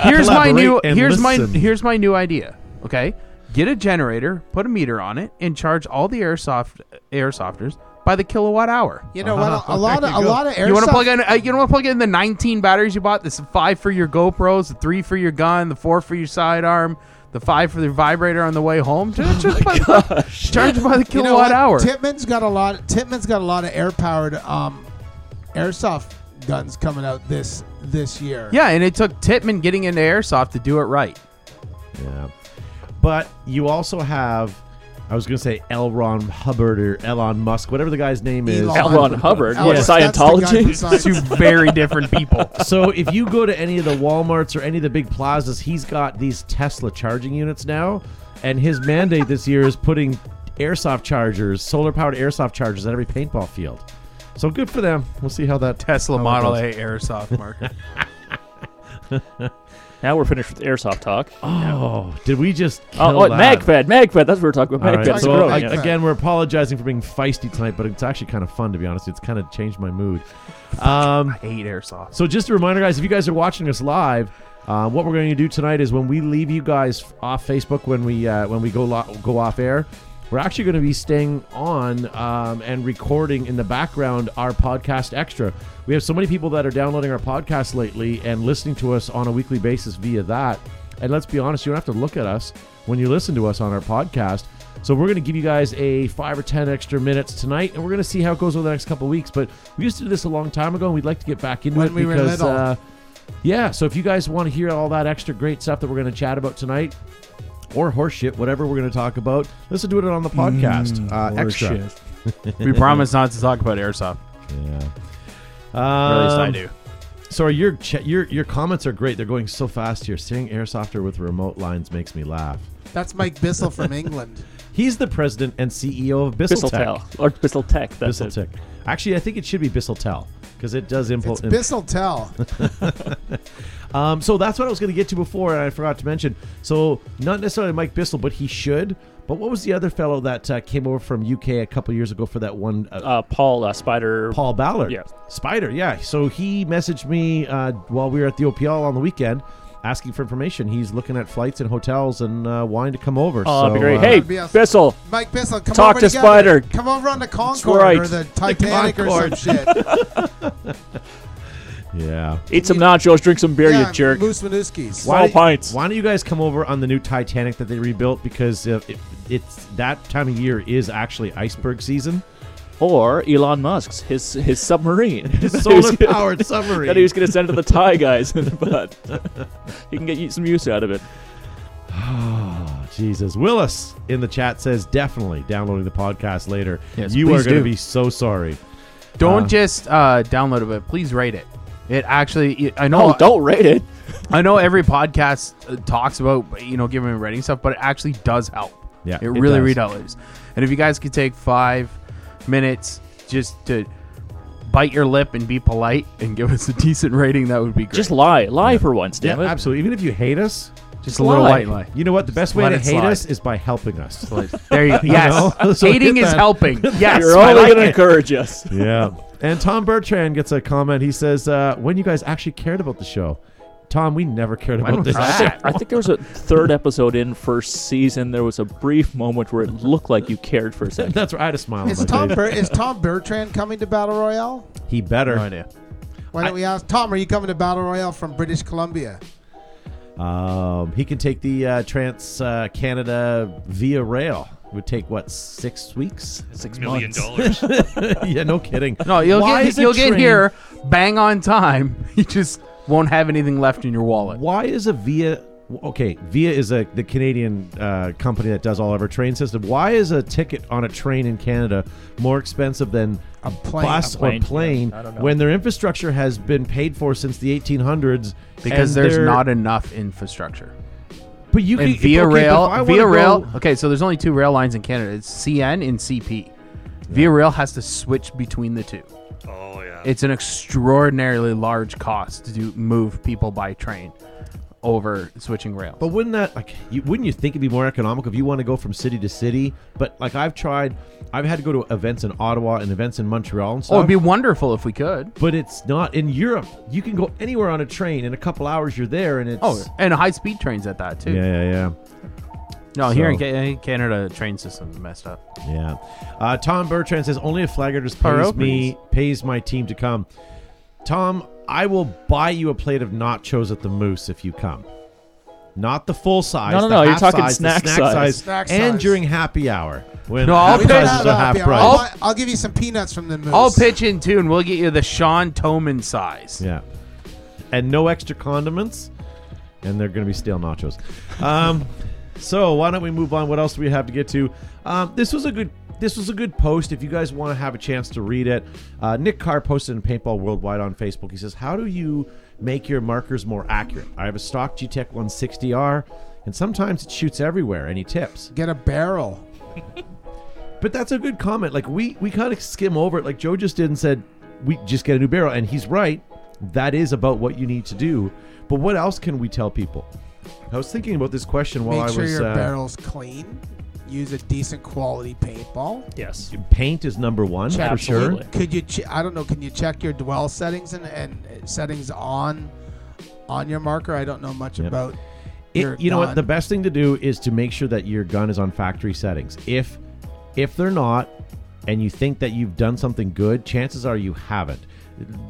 Speaker 4: here's my new
Speaker 1: Collaborate and
Speaker 4: here's my
Speaker 1: listen.
Speaker 4: here's my new idea. Okay, get a generator, put a meter on it, and charge all the airsoft airsofters by the kilowatt hour. Uh,
Speaker 6: You know what? A lot
Speaker 1: There
Speaker 6: of
Speaker 1: you
Speaker 6: a
Speaker 1: go.
Speaker 6: lot of airsoft.
Speaker 4: You want to plug in? Uh, you want to plug in the 19 batteries you bought? This five for your GoPros, the three for your gun, the four for your sidearm, the five for the vibrator on the way home.
Speaker 1: Oh
Speaker 4: Just, just by the, charge by the
Speaker 6: You
Speaker 4: kilowatt
Speaker 6: know what?
Speaker 4: hour.
Speaker 6: Tippmann's got a lot. Tippmann's got a lot of air powered um, airsoft guns coming out this this year.
Speaker 4: yeah, and it took Titman getting into airsoft to do it right.
Speaker 1: Yeah. But you also have, I was going to say Elron Hubbard or Elon Musk, whatever the guy's name is.
Speaker 6: Elon.
Speaker 3: L. Ron Hubbard,
Speaker 6: Alex,
Speaker 3: what,
Speaker 1: Yes.
Speaker 6: Oh, that's the guy who
Speaker 3: Scientology.
Speaker 6: signed-
Speaker 4: Two very different people.
Speaker 1: so if you go to any of the Walmarts or any of the big plazas, he's got these Tesla charging units now, and his mandate this year is putting airsoft chargers, solar powered airsoft chargers at every paintball field. So good for them. We'll see how that
Speaker 4: Tesla
Speaker 1: how it
Speaker 4: Model
Speaker 1: goes.
Speaker 4: A airsoft market.
Speaker 3: Now we're finished with airsoft talk.
Speaker 1: Oh, did we just kill
Speaker 3: Oh, oh
Speaker 1: that?
Speaker 3: MagFed, MagFed. That's what we're talking
Speaker 1: All
Speaker 3: about.
Speaker 1: right,
Speaker 3: MagFed.
Speaker 6: Magfed's
Speaker 1: so
Speaker 3: growing.
Speaker 1: I-
Speaker 3: yeah.
Speaker 6: Magfed.
Speaker 1: again, we're apologizing for being feisty tonight, but it's actually kind of fun to be honest. It's kind of changed my mood. Um,
Speaker 4: I hate airsoft.
Speaker 1: So just a reminder, guys, if you guys are watching us live, uh, what we're going to do tonight is when we leave you guys off Facebook, when we uh, when we go lo- go off air, we're actually going to be staying on um, and recording in the background our podcast extra. We have so many people that are downloading our podcast lately and listening to us on a weekly basis via that. And let's be honest, you don't have to look at us when you listen to us on our podcast. So we're going to give you guys a five or ten extra minutes tonight, and we're going to see how it goes over the next couple of weeks. But we used to do this a long time ago, and we'd like to get back into
Speaker 6: When
Speaker 1: it
Speaker 6: we were
Speaker 1: because,
Speaker 6: little.
Speaker 1: uh, yeah. So if you guys want to hear all that extra great stuff that we're going to chat about tonight, or horseshit, whatever we're going to talk about, listen to it on the
Speaker 6: Mm,
Speaker 1: podcast. uh, extra,
Speaker 4: we promise not to talk about airsoft.
Speaker 1: yeah.
Speaker 4: Or at least I
Speaker 1: Um,
Speaker 4: do.
Speaker 1: Sorry, your ch- your your comments are great. They're going so fast here. Seeing airsofter with remote lines makes me laugh.
Speaker 6: That's Mike Bissell from England.
Speaker 1: He's the president and CEO of Bissell Tech.
Speaker 3: Bissell or Bissell Tech. That's
Speaker 1: Bissell
Speaker 3: it.
Speaker 1: Tech. Actually, I think it should be Bissell Tell because it does
Speaker 6: It's
Speaker 1: implement.
Speaker 6: Bissell Tell.
Speaker 1: um, so that's what I was going to get to before, and I forgot to mention. So not necessarily Mike Bissell, but he should. But what was the other fellow that uh, came over from UK a couple years ago for that one? Uh,
Speaker 3: Uh, Paul uh, Spider.
Speaker 1: Paul Ballard.
Speaker 3: yeah.
Speaker 1: Spider. Yeah. So he messaged me uh, while we were at the OPL on the weekend. Asking for information, he's looking at flights and hotels and uh, wanting to come over.
Speaker 3: Oh, that'd
Speaker 1: so,
Speaker 3: be great.
Speaker 1: uh,
Speaker 3: hey,
Speaker 6: That'd be awesome.
Speaker 3: Bissell.
Speaker 6: Mike Bissell, come
Speaker 3: Talk
Speaker 6: over
Speaker 3: to
Speaker 6: together.
Speaker 3: Spider.
Speaker 6: Come over on the Concorde
Speaker 3: right.
Speaker 6: or the Titanic or some
Speaker 1: Concorde.
Speaker 6: shit.
Speaker 1: yeah.
Speaker 3: Eat some nachos, drink some beer,
Speaker 6: yeah,
Speaker 3: you jerk.
Speaker 6: Moose Winooski's.
Speaker 3: Wow. Small
Speaker 1: don't you-
Speaker 3: pints.
Speaker 1: Why don't you guys come over on the new Titanic that they rebuilt because uh, it, it's that time of year is actually iceberg season.
Speaker 3: Or Elon Musk's his his submarine.
Speaker 1: Solar powered submarine.
Speaker 3: that he was going to send to the Thai guys, but he can get some use out of it.
Speaker 1: Jesus. Willis in the chat says definitely downloading the podcast later.
Speaker 4: Yes,
Speaker 1: you are
Speaker 4: please
Speaker 1: going to
Speaker 4: do.
Speaker 1: be so sorry.
Speaker 4: Don't
Speaker 1: Uh,
Speaker 4: just uh, download it, but please rate it. It actually, I know,
Speaker 3: Oh, don't rate it.
Speaker 4: I know every podcast uh, talks about you know giving a rating stuff, but it actually does help.
Speaker 1: Yeah,
Speaker 4: it,
Speaker 1: it
Speaker 4: really
Speaker 1: does.
Speaker 4: really does. And if you guys could take five minutes just to bite your lip and be polite and give us a decent rating, that would be great.
Speaker 3: Just lie, lie for once, damn
Speaker 1: yeah,
Speaker 3: it.
Speaker 1: absolutely. Even if you hate us,
Speaker 4: Just a little
Speaker 3: lie.
Speaker 4: white lie.
Speaker 1: you know what? The best way
Speaker 4: let
Speaker 1: to
Speaker 4: it
Speaker 1: hate
Speaker 4: slide.
Speaker 1: us is by helping us.
Speaker 4: There you go. Yes,
Speaker 1: know? So
Speaker 4: hating
Speaker 1: hit
Speaker 4: is
Speaker 1: that.
Speaker 4: helping. Yes,
Speaker 3: You're
Speaker 4: I
Speaker 3: only
Speaker 4: like
Speaker 3: going to
Speaker 4: it.
Speaker 3: encourage us.
Speaker 1: yeah. And Tom Bertrand gets a comment. He says, uh, "When you guys actually cared about the show." Tom, we never cared about
Speaker 4: was
Speaker 1: this.
Speaker 4: that?
Speaker 1: show.
Speaker 3: I think there was a third episode in first season. There was a brief moment where it looked like you cared for a second.
Speaker 1: That's right. I had a smile. on
Speaker 6: Is
Speaker 1: my
Speaker 6: Tom
Speaker 1: face.
Speaker 6: Ber- is Tom Bertrand coming to Battle Royale?
Speaker 1: He better.
Speaker 4: No idea.
Speaker 6: Why don't we ask Tom? Are you coming to Battle Royale from British Columbia?
Speaker 1: Um, he can take the uh, Trans uh, Canada via rail. It would take what six weeks?
Speaker 3: Six
Speaker 5: Million
Speaker 3: months.
Speaker 5: dollars.
Speaker 1: yeah, no kidding.
Speaker 4: No, you'll
Speaker 1: Why
Speaker 4: get
Speaker 1: is a
Speaker 4: you'll get
Speaker 1: train
Speaker 4: here bang on time, you just won't have anything left in your wallet.
Speaker 1: Why is a Via okay? Via is a the Canadian uh, company that does all of our train system. Why is a ticket on a train in Canada more expensive than a
Speaker 6: plane.
Speaker 1: bus
Speaker 3: A plane,
Speaker 1: or plane
Speaker 3: yeah, I don't know.
Speaker 1: when their infrastructure has been paid for since the 1800s?
Speaker 4: Because
Speaker 1: and
Speaker 4: there's
Speaker 1: they're-
Speaker 4: not enough infrastructure.
Speaker 1: But you
Speaker 4: And
Speaker 1: can
Speaker 4: via
Speaker 1: okay, but if I
Speaker 4: rail,
Speaker 1: wanna
Speaker 4: via
Speaker 1: go-
Speaker 4: rail. Okay, so there's only two rail lines in Canada. It's CN and CP. Via rail has to switch between the two.
Speaker 5: Oh yeah.
Speaker 4: It's an extraordinarily large cost to do, move people by train over switching rail.
Speaker 1: But wouldn't that like you, wouldn't you think it'd be more economical if you want to go from city to city? But like I've tried, I've had to go to events in Ottawa and events in Montreal and stuff.
Speaker 4: oh, it'd be wonderful if we could.
Speaker 1: but it's not in Europe. You can go anywhere on a train in a couple hours. You're there, and it's
Speaker 4: Oh, and high speed trains at that too.
Speaker 1: yeah, yeah, yeah.
Speaker 4: No, here in
Speaker 1: So-
Speaker 4: Ca- Canada, train system's messed up.
Speaker 1: Yeah. Uh, Tom Bertrand says only if Flaggers pays
Speaker 4: Paro,
Speaker 1: me pays my team to come. Tom, I will buy you a plate of nachos at the Moose if you come. Not the full size.
Speaker 3: No, no,
Speaker 1: the
Speaker 3: no, you're
Speaker 1: half
Speaker 3: talking
Speaker 1: size, the
Speaker 3: snack size.
Speaker 6: Snack
Speaker 1: and
Speaker 6: size.
Speaker 1: during happy hour when
Speaker 4: No, I'll
Speaker 1: happy
Speaker 4: pay-
Speaker 1: prices are half
Speaker 6: I'll-
Speaker 1: price.
Speaker 6: I'll, I'll give you some peanuts from the moose.
Speaker 4: I'll pitch in too, and we'll get you the Sean Toman size.
Speaker 1: Yeah. And no extra condiments, and they're going to be stale nachos. Um, so why don't we move on? What else do we have to get to? Um, this was a good. This was a good post. If you guys want to have a chance to read it, uh, Nick Carr posted in Paintball Worldwide on Facebook. He says, "How do you make your markers more accurate? I have a stock GTEC 160R, and sometimes it shoots everywhere. Any tips?"
Speaker 6: Get a barrel.
Speaker 1: But that's a good comment. Like we we kind of skim over it. Like Joe just did and said, we just get a new barrel, and he's right. That is about what you need to do. But what else can we tell people? I was thinking about this question while
Speaker 6: Make
Speaker 1: I
Speaker 6: sure
Speaker 1: was.
Speaker 6: your
Speaker 1: uh,
Speaker 6: barrel's clean. Use a decent quality paintball.
Speaker 3: Yes.
Speaker 1: Paint is number one
Speaker 6: Check-
Speaker 1: for sure.
Speaker 3: Absolutely.
Speaker 6: Could you? Che- I don't know. Can you check your dwell settings and, and settings on on your marker? I don't know much
Speaker 1: Yep.
Speaker 6: about.
Speaker 1: It-
Speaker 6: your
Speaker 1: you know what?
Speaker 6: gun.
Speaker 1: The best thing to do is to make sure that your gun is on factory settings. If if they're not, and you think that you've done something good, chances are you haven't.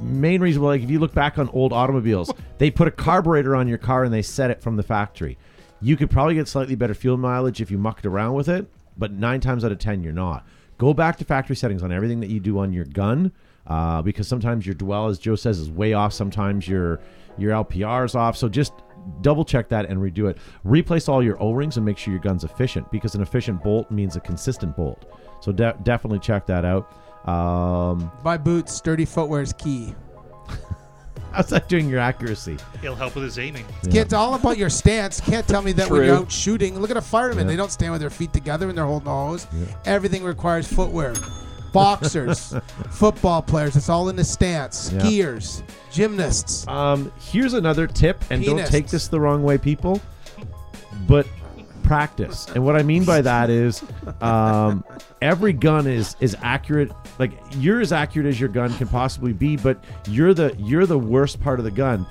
Speaker 1: Main reason, like if you look back on old automobiles, they put a carburetor on your car and they set it from the factory. You could probably get slightly better fuel mileage if you mucked around with it, but nine times out of ten, you're not. Go back to factory settings on everything that you do on your gun, uh, because sometimes your dwell, as Joe says, is way off. Sometimes your your LPR is off. So just double check that and redo it. Replace all your O rings and make sure your gun's efficient, because an efficient bolt means a consistent bolt. So de- definitely check that out. Um,
Speaker 6: Buy boots. Sturdy footwear is key.
Speaker 1: how's that doing your accuracy?
Speaker 5: He'll help with his aiming.
Speaker 1: Yeah.
Speaker 6: It's all about your stance. Can't tell me that when you're
Speaker 3: True.
Speaker 6: out shooting. Look at a fireman. They don't stand with their feet together when they're holding the hose. Everything requires footwear. Boxers, football players, it's all in the stance.
Speaker 1: Yeah.
Speaker 6: Skiers, gymnasts.
Speaker 1: Um, here's another tip, and don't
Speaker 6: Penis.
Speaker 1: take this the wrong way, people, but practice. And what I mean by that is, um, every gun is is accurate. Like you're as accurate as your gun can possibly be, but you're the you're the worst part of the gun.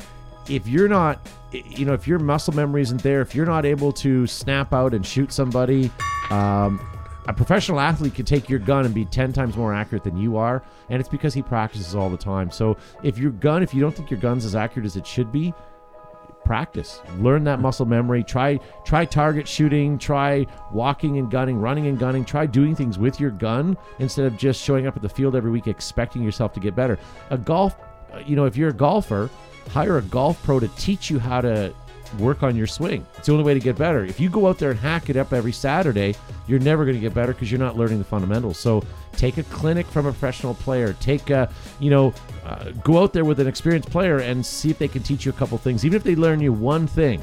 Speaker 1: If you're not, you know, if your muscle memory isn't there, if you're not able to snap out and shoot somebody, um, a professional athlete could take your gun and be 10 times more accurate than you are and it's because he practices all the time so if your gun if you don't think your gun's as accurate as it should be practice learn that muscle memory try try target shooting try walking and gunning running and gunning try doing things with your gun instead of just showing up at the field every week expecting yourself to get better a golf uh, you know if you're a golfer hire a golf pro to teach you how to work on your swing it's the only way to get better if you go out there and hack it up every saturday you're never going to get better because you're not learning the fundamentals so take a clinic from a professional player take a you know uh, go out there with an experienced player and see if they can teach you a couple things even if they learn you one thing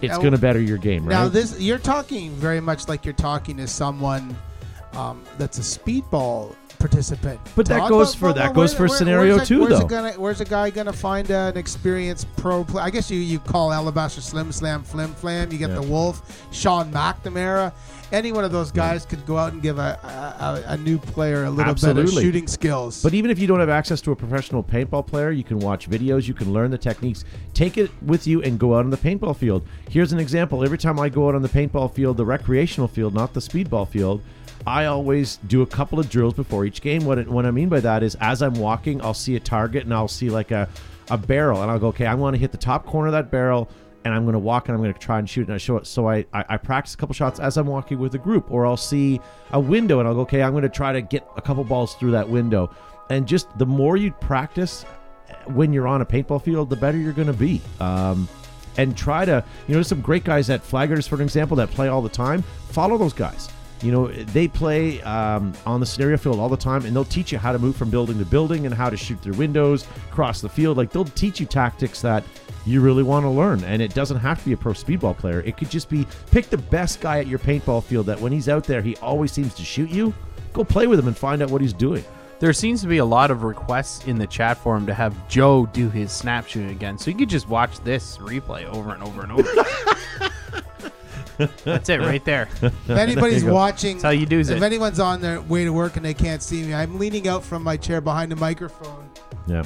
Speaker 1: it's
Speaker 6: Now-
Speaker 1: going to better your game right
Speaker 6: Now this you're talking very much like you're talking to someone um, that's a speedball participant.
Speaker 1: But that
Speaker 6: Todd,
Speaker 1: goes
Speaker 6: but-
Speaker 1: for-
Speaker 6: but
Speaker 1: that
Speaker 6: where-
Speaker 1: goes for
Speaker 6: where- where's
Speaker 1: scenario
Speaker 6: that-
Speaker 1: two,
Speaker 6: where's
Speaker 1: though.
Speaker 6: A gonna, where's a guy gonna find uh, an experienced pro player? I guess you you call Alabaster Slim Slam Flim Flam. You get
Speaker 1: Yeah.
Speaker 6: the Wolf, Sean McNamara. Any one of those guys could go out and give a a, a, a new player a little bit
Speaker 1: Absolutely.
Speaker 6: of shooting skills.
Speaker 1: But even if you don't have access to a professional paintball player, you can watch videos, you can learn the techniques, take it with you, and go out on the paintball field. Here's an example every time I go out on the paintball field, the recreational field, not the speedball field, I always do a couple of drills before each game. What, it, what I mean by that is, as I'm walking, I'll see a target and I'll see like a, a barrel, and I'll go, okay, I want to hit the top corner of that barrel and I'm going to walk and I'm going to try and shoot and I show it. So I, I, I practice a couple shots as I'm walking with a group, or I'll see a window and I'll go, okay, I'm going to try to get a couple balls through that window. And just the more you practice eh, when you're on a paintball field, the better you're going to be. Um, and try to, you know, there's some great guys at Flaggers, for example, that play all the time. Follow those guys. You know, they play um, on the scenario field all the time, and they'll teach you how to move from building to building and how to shoot through windows, cross the field. Like, they'll teach you tactics that you really want to learn. And it doesn't have to be a pro speedball player, it could just be pick the best guy at your paintball field that when he's out there, he always seems to shoot you. Go play with him and find out what he's doing.
Speaker 4: There seems to be a lot of requests in the chat for him to have Joe do his snap shooting again, so you could just watch this replay over and over and over. That's it right there.
Speaker 6: If anybody's watching,
Speaker 4: That's how you do
Speaker 6: if
Speaker 4: it.
Speaker 6: anyone's on their way to work and they can't see me, I'm leaning out from my chair behind the microphone.
Speaker 1: Yeah.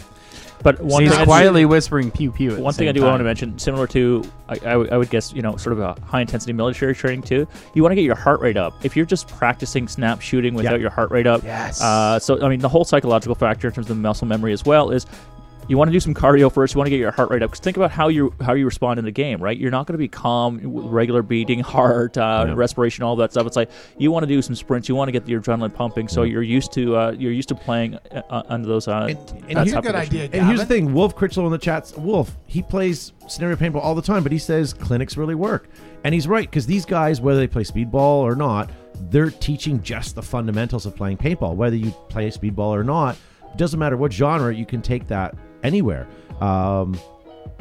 Speaker 3: But one
Speaker 4: He's
Speaker 3: thing,
Speaker 4: quietly whispering pew pew. At the
Speaker 3: one thing
Speaker 4: same
Speaker 3: I do
Speaker 4: time.
Speaker 3: want to mention, similar to, I, I would- I would guess, you know, sort of a high intensity military training too, you want to get your heart rate up. If you're just practicing snap shooting without your heart rate up,
Speaker 4: Yes.
Speaker 3: uh, so, I mean, the whole psychological factor in terms of the muscle memory as well is you want to do some cardio first. You want to get your heart rate up. Because think about how you how you respond in the game, right? You're not going to be calm, with regular beating, heart, uh, respiration, all that stuff. It's like you want to do some sprints. You want to get your adrenaline pumping. So you're used to uh, you're used to playing uh, uh, under those. Uh,
Speaker 1: And-
Speaker 3: t-
Speaker 1: and
Speaker 3: that
Speaker 1: here's a
Speaker 6: That's a
Speaker 3: type
Speaker 6: good
Speaker 3: of
Speaker 6: idea.
Speaker 1: And here's the
Speaker 6: Gavin.
Speaker 1: thing, Wolf Critchlow in the chats. Wolf, he plays scenario paintball all the time, but he says clinics really work, and he's right because these guys, whether they play speedball or not, they're teaching just the fundamentals of playing paintball. Whether you play speedball or not, doesn't matter what genre, you can take that anywhere. Um,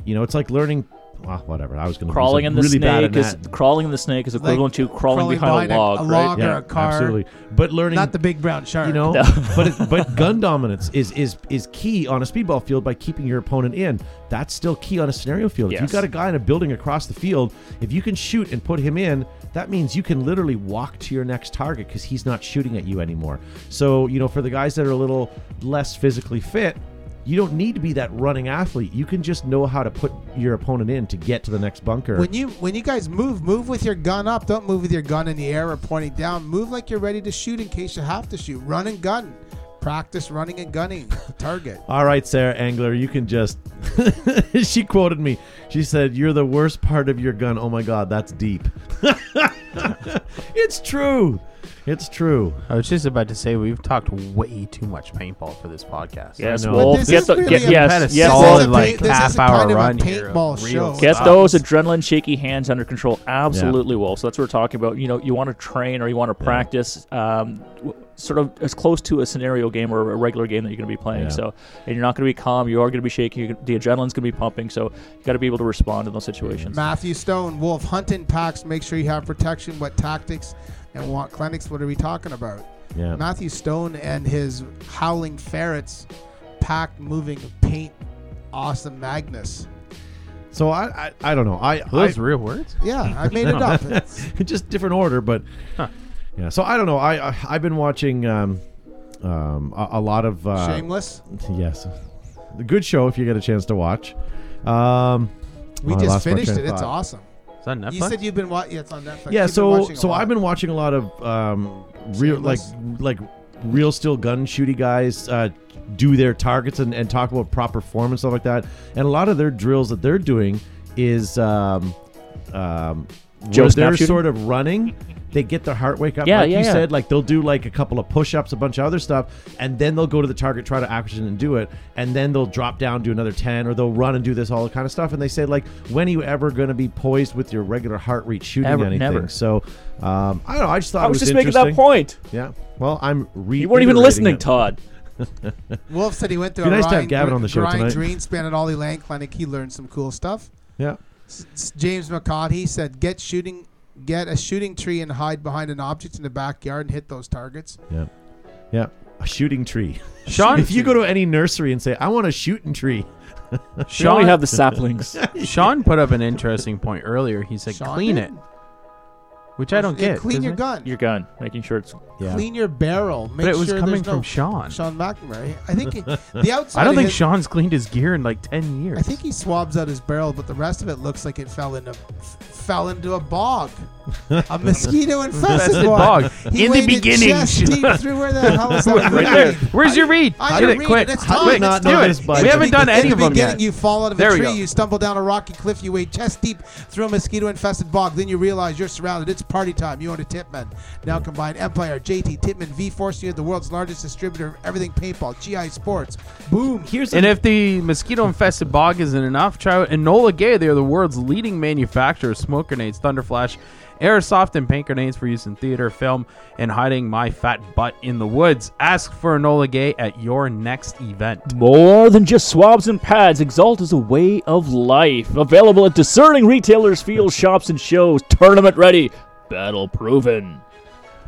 Speaker 1: you know, it's like learning. Well, whatever. I was going to
Speaker 3: crawling in the
Speaker 1: really bad at
Speaker 3: snake is
Speaker 1: that.
Speaker 3: crawling in the snake is equivalent to crawling, behind a log,
Speaker 6: a
Speaker 3: right?
Speaker 6: log
Speaker 1: yeah,
Speaker 6: or a car.
Speaker 1: absolutely. But learning
Speaker 6: Not the big brown shark.
Speaker 1: you know but it, but gun dominance is is is key on a speedball field by keeping your opponent in that's still key on a scenario field if you've
Speaker 3: Yes.
Speaker 1: got a guy in a building across the field if you can shoot and put him in that means you can literally walk to your next target because he's not shooting at you anymore so you know for the guys that are a little less physically fit you don't need to be that running athlete you can just know how to put your opponent in to get to the next bunker
Speaker 6: When you when you guys move, move with your gun up. Don't move with your gun in the air or pointing down. Move like you're ready to shoot in case you have to shoot. Run and gun. Practice running and gunning at the target.
Speaker 1: All right, Sarah Angler, you can just. she quoted me. She said, You're the worst part of your gun. Oh my God, that's deep. it's true. It's true.
Speaker 4: I was just about to say we've talked way too much paintball for this podcast.
Speaker 3: Yes,
Speaker 1: I know.
Speaker 3: Wolf.
Speaker 6: But this
Speaker 3: Get
Speaker 6: is
Speaker 3: the,
Speaker 6: really
Speaker 3: get,
Speaker 6: a-
Speaker 4: Had a
Speaker 3: yes, yes,
Speaker 6: This
Speaker 4: solid
Speaker 6: is a
Speaker 3: Wolf.
Speaker 4: like
Speaker 6: paint- this is
Speaker 4: half
Speaker 6: a
Speaker 4: hour
Speaker 6: kind of a
Speaker 4: run here. of
Speaker 6: paintball
Speaker 4: real
Speaker 6: show.
Speaker 4: stuff.
Speaker 3: Get those adrenaline shaky hands under control. Absolutely, Wolf. So that's what we're talking about. You know, you want to train or you want to practice, um, w- sort of as close to a scenario game or a regular game that you're going to be playing.
Speaker 1: Yeah.
Speaker 3: So, and you're not going to be calm. You are going to be shaking. You're, gonna- the adrenaline's going to be pumping. So you got to be able to respond in those situations.
Speaker 6: Matthew Stone, Wolf, hunt in packs. Make sure you have protection. What tactics and what clinics? What are we talking about?
Speaker 1: Yeah.
Speaker 6: Matthew Stone and his howling ferrets, pack moving paint, awesome Magnus.
Speaker 1: So I, I, I don't know. I,
Speaker 4: Are
Speaker 1: I
Speaker 4: those real words?
Speaker 6: Yeah, I made it up. It's-
Speaker 1: just different order, but yeah. So I don't know. I, I I've been watching um, um, a, a lot of uh,
Speaker 6: Shameless.
Speaker 1: Yes, the good show if you get a chance to watch. Um,
Speaker 6: We
Speaker 1: oh, I
Speaker 6: just
Speaker 1: lost my
Speaker 6: finished
Speaker 1: train
Speaker 6: it.
Speaker 1: of
Speaker 6: It's
Speaker 1: thought.
Speaker 6: awesome.
Speaker 4: Is that Netflix?
Speaker 6: You said you've been watching. Yeah, it's on Netflix.
Speaker 1: yeah
Speaker 6: You've been
Speaker 1: so
Speaker 6: watching a
Speaker 1: so
Speaker 6: lot.
Speaker 1: i've been watching a lot of um real like
Speaker 6: Shameless.
Speaker 1: like real still gun shooty guys uh do their targets and, and talk about proper form and stuff like that and a lot of their drills that they're doing is um um
Speaker 3: Joe
Speaker 1: where they're
Speaker 3: snap shooting?
Speaker 1: sort of running they get their heart wake up
Speaker 3: Yeah,
Speaker 1: like
Speaker 3: yeah,
Speaker 1: you
Speaker 3: yeah.
Speaker 1: said like they'll do like a couple of push-ups a bunch of other stuff and then they'll go to the target try to action and do it and then they'll drop down do another 10 or they'll run and do this all kind of stuff and they say like when are you ever going to be poised with your regular heart rate shooting
Speaker 3: Ever-
Speaker 1: anything
Speaker 3: never.
Speaker 1: so um, I don't know. I just thought
Speaker 3: I
Speaker 1: it
Speaker 3: was
Speaker 1: was
Speaker 3: just making that
Speaker 1: interesting.
Speaker 3: point.
Speaker 1: Yeah. Well, I'm re.
Speaker 3: You weren't even listening,
Speaker 1: it.
Speaker 3: Todd.
Speaker 6: Wolf said he went to
Speaker 1: Be
Speaker 6: a
Speaker 1: nice to have
Speaker 6: Ryan,
Speaker 1: Gavin on the show
Speaker 6: Ryan
Speaker 1: tonight.
Speaker 6: Greenspan at Ollie Land Clinic. He learned some cool stuff.
Speaker 1: Yeah.
Speaker 6: S- James McCaughey said, "Get shooting, get a shooting tree and hide behind an object in the backyard and hit those targets."
Speaker 1: Yeah. Yeah. A shooting tree.
Speaker 4: Sean,
Speaker 1: if you go to any nursery and say, "I want a shooting tree,"
Speaker 3: You only
Speaker 4: Sean,
Speaker 3: have the saplings.
Speaker 4: Sean put up an interesting point earlier. He said,
Speaker 6: Sean
Speaker 4: "Clean
Speaker 6: did.
Speaker 4: it," which I don't
Speaker 6: Yeah,
Speaker 4: get.
Speaker 6: clean
Speaker 4: doesn't
Speaker 6: your
Speaker 4: it?
Speaker 6: gun.
Speaker 3: Oh, your gun, making sure it's
Speaker 1: yeah.
Speaker 6: Clean your barrel. Make
Speaker 4: But it was
Speaker 6: sure
Speaker 4: coming
Speaker 6: there's no
Speaker 4: from Sean.
Speaker 6: Sean McNamara. I think he, the outside.
Speaker 4: I don't
Speaker 6: of
Speaker 4: think
Speaker 6: his-
Speaker 4: Sean's cleaned his gear in like ten years.
Speaker 6: I think he swabs out his barrel, but the rest of it looks like it fell into f- fell into a bog. A mosquito infested
Speaker 4: Infested
Speaker 6: bog.
Speaker 4: bog. In the beginning.
Speaker 6: chest deep through where the hell is that?
Speaker 4: Right there. Where's your reed? Get
Speaker 6: I can
Speaker 4: it
Speaker 6: read
Speaker 4: quick.
Speaker 6: it. It's
Speaker 4: Quick,
Speaker 6: time.
Speaker 1: not
Speaker 4: do
Speaker 1: know
Speaker 4: it.
Speaker 1: this by
Speaker 4: We haven't
Speaker 1: now.
Speaker 4: done any
Speaker 6: in
Speaker 4: of
Speaker 6: the
Speaker 4: them yet.
Speaker 6: beginning, you fall out of
Speaker 4: There
Speaker 6: a
Speaker 4: we
Speaker 6: tree,
Speaker 4: go.
Speaker 6: you stumble down a rocky cliff, you wade chest deep through a mosquito infested bog. Then you realize you're surrounded. It's party time. You own a Titman. Now combine Empire, JT, Titman, V Force. You're the world's largest distributor of everything paintball, GI Sports. Boom.
Speaker 1: Here's
Speaker 4: And if the mosquito infested bog isn't enough, try out Enola Gay. They are the world's leading manufacturer of smoke grenades, thunderflash, airsoft, and paint grenades for use in theater, film, and hiding my fat butt in the woods. Ask for Enola Gay at your next event.
Speaker 3: More than just swabs and pads, Exalt is a way of life. Available at discerning retailers, field shops, and shows. Tournament ready, battle proven.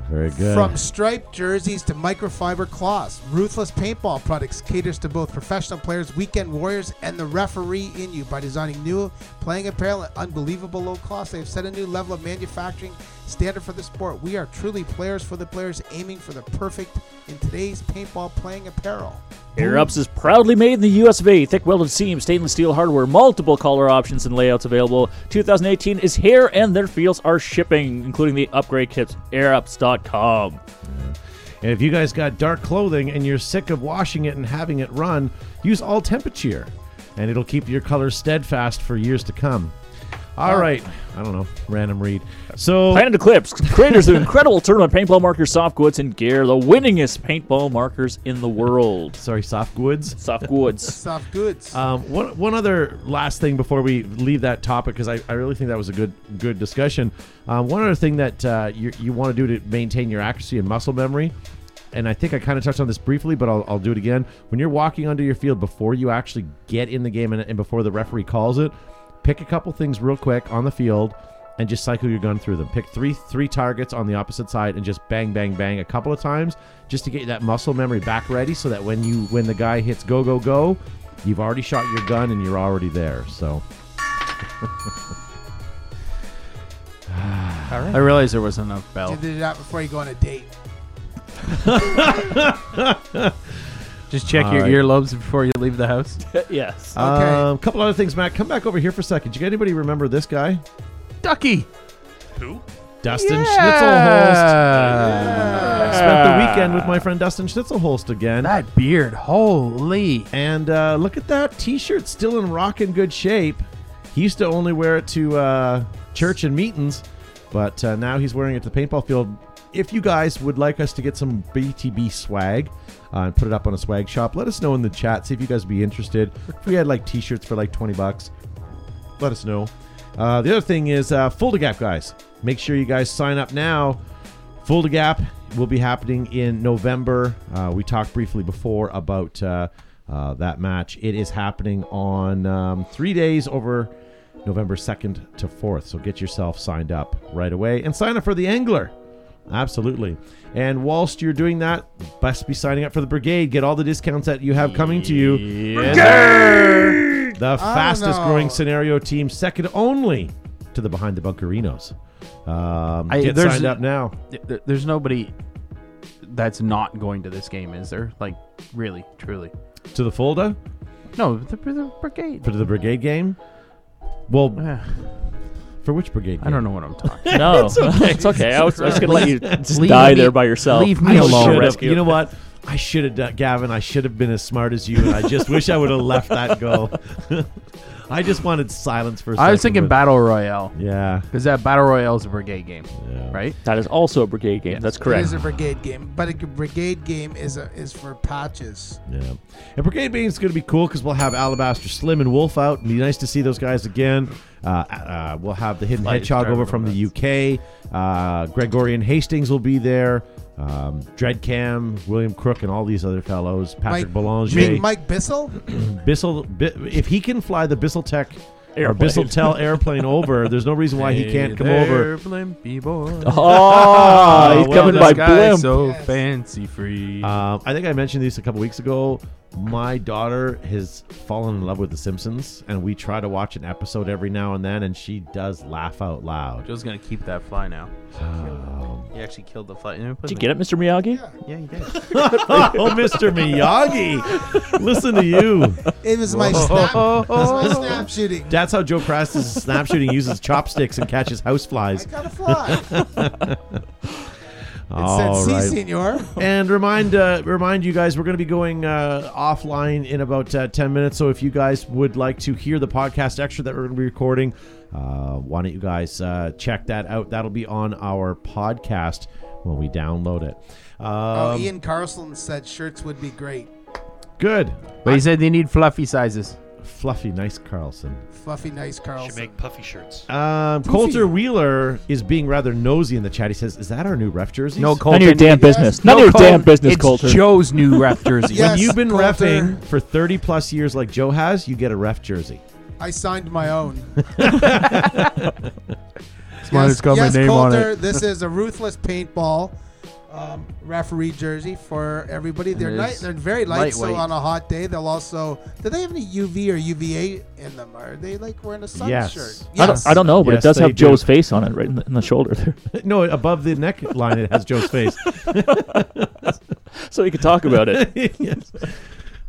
Speaker 1: very good.
Speaker 6: From striped jerseys to microfiber cloths, Ruthless Paintball Products caters to both professional players, weekend warriors, and the referee in you by designing new playing apparel at unbelievable low cost. They have set a new level of manufacturing standard for the sport. We are truly players for the players, aiming for the perfect in today's paintball playing apparel.
Speaker 3: Air Ups is proudly made in the US of A. Thick welded seams, stainless steel hardware, multiple color options and layouts available. 2018 is here and their fields are shipping, including the upgrade kits. AirUps.com.
Speaker 1: And if you guys got dark clothing and you're sick of washing it and having it run, use All Temperature, and it'll keep your colors steadfast for years to come. All right, I don't know, random read. So
Speaker 3: Uh, Planet Eclipse, creators of incredible tournament paintball markers, soft goods, and gear, the winningest paintball markers in the world.
Speaker 1: sorry, soft goods.
Speaker 3: Soft goods.
Speaker 6: Soft goods.
Speaker 1: Um, one, one other last thing before we leave that topic because I, I really think that was a good good discussion. Um, one other thing that uh, you, you want to do to maintain your accuracy and muscle memory, and I think I kind of touched on this briefly, but I'll, I'll do it again. When you're walking onto your field before you actually get in the game and, and before the referee calls it, pick a couple things real quick on the field and just cycle your gun through them. Pick three three targets on the opposite side and just bang bang bang a couple of times just to get that muscle memory back ready so that when you when the guy hits go go go, you've already shot your gun and you're already there. So
Speaker 4: I realized there wasn't enough bell.
Speaker 6: you do that before you go on a date.
Speaker 4: Just check
Speaker 1: All
Speaker 4: your
Speaker 1: right.
Speaker 4: earlobes before you leave the house.
Speaker 3: yes.
Speaker 6: Okay.
Speaker 1: um, couple other things, Matt. Come back over here for a second. Did you anybody remember this guy?
Speaker 4: Ducky.
Speaker 5: Who?
Speaker 1: Dustin Schnitzelholst.
Speaker 4: Yeah.
Speaker 1: Spent the weekend with my friend Dustin Schnitzelholst again.
Speaker 4: That beard, holy.
Speaker 1: And uh, look at that T-shirt, still in rockin' good shape. He used to only wear it to uh, church and meetings, but uh, now he's wearing it to the paintball field. If you guys would like us to get some BTB swag uh, and put it up on a swag shop, let us know in the chat. See if you guys would be interested. If we had like T-shirts for like twenty bucks, let us know. Uh, the other thing is uh, Full to Gap, guys. Make sure you guys sign up now. Full to Gap will be happening in November. Uh, we talked briefly before about uh, uh, that match. It is happening on um, three days over November 2nd to 4th. So get yourself signed up right away and sign up for the Angler. Absolutely. And whilst you're doing that, best be signing up for the Brigade. Get all the discounts that you have coming to you. The fastest
Speaker 6: know.
Speaker 1: growing scenario team, second only to the Behind the Bunkerinos. Um,
Speaker 4: I-
Speaker 1: get
Speaker 4: there's-
Speaker 1: signed up now.
Speaker 4: Th- There's nobody that's not going to this game, is there? Like, really, truly.
Speaker 1: To the Fulda
Speaker 4: No, the, the brigade.
Speaker 1: for the Brigade game. Well,
Speaker 4: Eh,
Speaker 1: for which Brigade game?
Speaker 4: I don't know what I'm talking.
Speaker 3: No, it's okay. it's okay. I was, I was gonna let you just
Speaker 4: Leave
Speaker 3: die
Speaker 4: me-
Speaker 3: there by yourself.
Speaker 4: leave
Speaker 1: I
Speaker 4: me alone.
Speaker 1: should've-
Speaker 3: Rescue.
Speaker 1: You know what? I should have done, Gavin. I should have been as smart as you, and I just wish I would have left that go. I just wanted silence for a second.
Speaker 4: I was thinking
Speaker 1: but-
Speaker 4: battle royale
Speaker 1: Yeah,
Speaker 4: because that battle royale is a brigade game,
Speaker 1: yeah.
Speaker 4: right?
Speaker 3: That is also a brigade game. That's correct.
Speaker 6: It is a brigade game, but a brigade game is a, is for patches.
Speaker 1: Yeah. And Brigade Bane is going to be cool because we'll have Alabaster Slim and Wolf out. It'll be nice to see those guys again. Uh, uh, we'll have the Hidden
Speaker 4: Flight is
Speaker 1: Hedgehog
Speaker 4: driving
Speaker 1: over
Speaker 4: them
Speaker 1: from
Speaker 4: nuts.
Speaker 1: the UK. Uh, Gregorian Hastings will be there. Um, Dreadcam, William Crook, and all these other fellows. Patrick Boulanger.
Speaker 6: Big Mike Bissell?
Speaker 1: Bissell, Bi- if he can fly the Bissell Tech or
Speaker 3: Airplane.
Speaker 1: Bissell Tel airplane over, there's no reason why he can't come over.
Speaker 4: Blimpy boy. Ah,
Speaker 3: Oh, Ah, he's
Speaker 1: well,
Speaker 3: coming
Speaker 1: this
Speaker 3: by
Speaker 4: guy
Speaker 3: blimp. Uh,
Speaker 4: So
Speaker 6: Yes.
Speaker 4: fancy free.
Speaker 1: Um, I think I mentioned this a couple weeks ago. My daughter has fallen in love with The Simpsons, and we try to watch an episode every now and then, and she does laugh out loud.
Speaker 4: Joe's gonna keep that fly now.
Speaker 1: Um,
Speaker 4: He actually killed the fly. Did
Speaker 3: Did you get it, Mr. Miyagi?
Speaker 4: Yeah, he did.
Speaker 1: oh, Mr. Miyagi, listen to you.
Speaker 6: It was my snap. it was my snap shooting.
Speaker 1: That's how Joe Prastis is snapshooting uses chopsticks and catches
Speaker 6: I
Speaker 1: houseflies.
Speaker 6: got a fly. It said,
Speaker 1: All
Speaker 6: "See,
Speaker 1: right.
Speaker 6: senor."
Speaker 1: And remind uh, remind you guys, we're going to be going uh, offline in about uh, ten minutes. So if you guys would like to hear the podcast extra that we're going to be recording, uh, why don't you guys uh, check that out? That'll be on our podcast when we download it.
Speaker 6: Oh,
Speaker 1: Um,
Speaker 6: Ian Carlson said shirts would be great.
Speaker 1: good,
Speaker 4: But he said they need fluffy sizes.
Speaker 1: fluffy, nice Carlson.
Speaker 6: Fluffy, nice
Speaker 5: Should
Speaker 6: Carlson.
Speaker 5: make puffy shirts.
Speaker 1: Um, Coulter Wheeler is being rather nosy in the chat. He says, "Is that our new ref jersey?"
Speaker 4: No,
Speaker 3: None
Speaker 4: Colton.
Speaker 3: of your damn business. None of your
Speaker 4: Colton,
Speaker 3: damn business,
Speaker 4: it's
Speaker 3: Coulter.
Speaker 4: Joe's new ref jersey.
Speaker 6: Yes.
Speaker 1: You've been
Speaker 6: Coulter.
Speaker 1: refing for thirty plus years, like Joe has. You get a ref jersey.
Speaker 6: I signed my own.
Speaker 4: mine, it's got my name on
Speaker 6: Coulter, this is a ruthless paintball um, referee jersey for everybody. They're
Speaker 4: it
Speaker 6: night,
Speaker 4: is
Speaker 6: they're very light, so
Speaker 4: lightweight.
Speaker 6: on a hot day they'll also. Do they have any UV or UVA in them? Are they like wearing a sun
Speaker 1: Yes.
Speaker 6: shirt?
Speaker 3: I don't, I don't know, but
Speaker 1: Yes,
Speaker 3: it does
Speaker 1: they
Speaker 3: have
Speaker 1: do.
Speaker 3: Joe's face on it right in the, in the shoulder there.
Speaker 1: no, above the neckline, it has Joe's face.
Speaker 3: so we can talk about it.
Speaker 1: yes.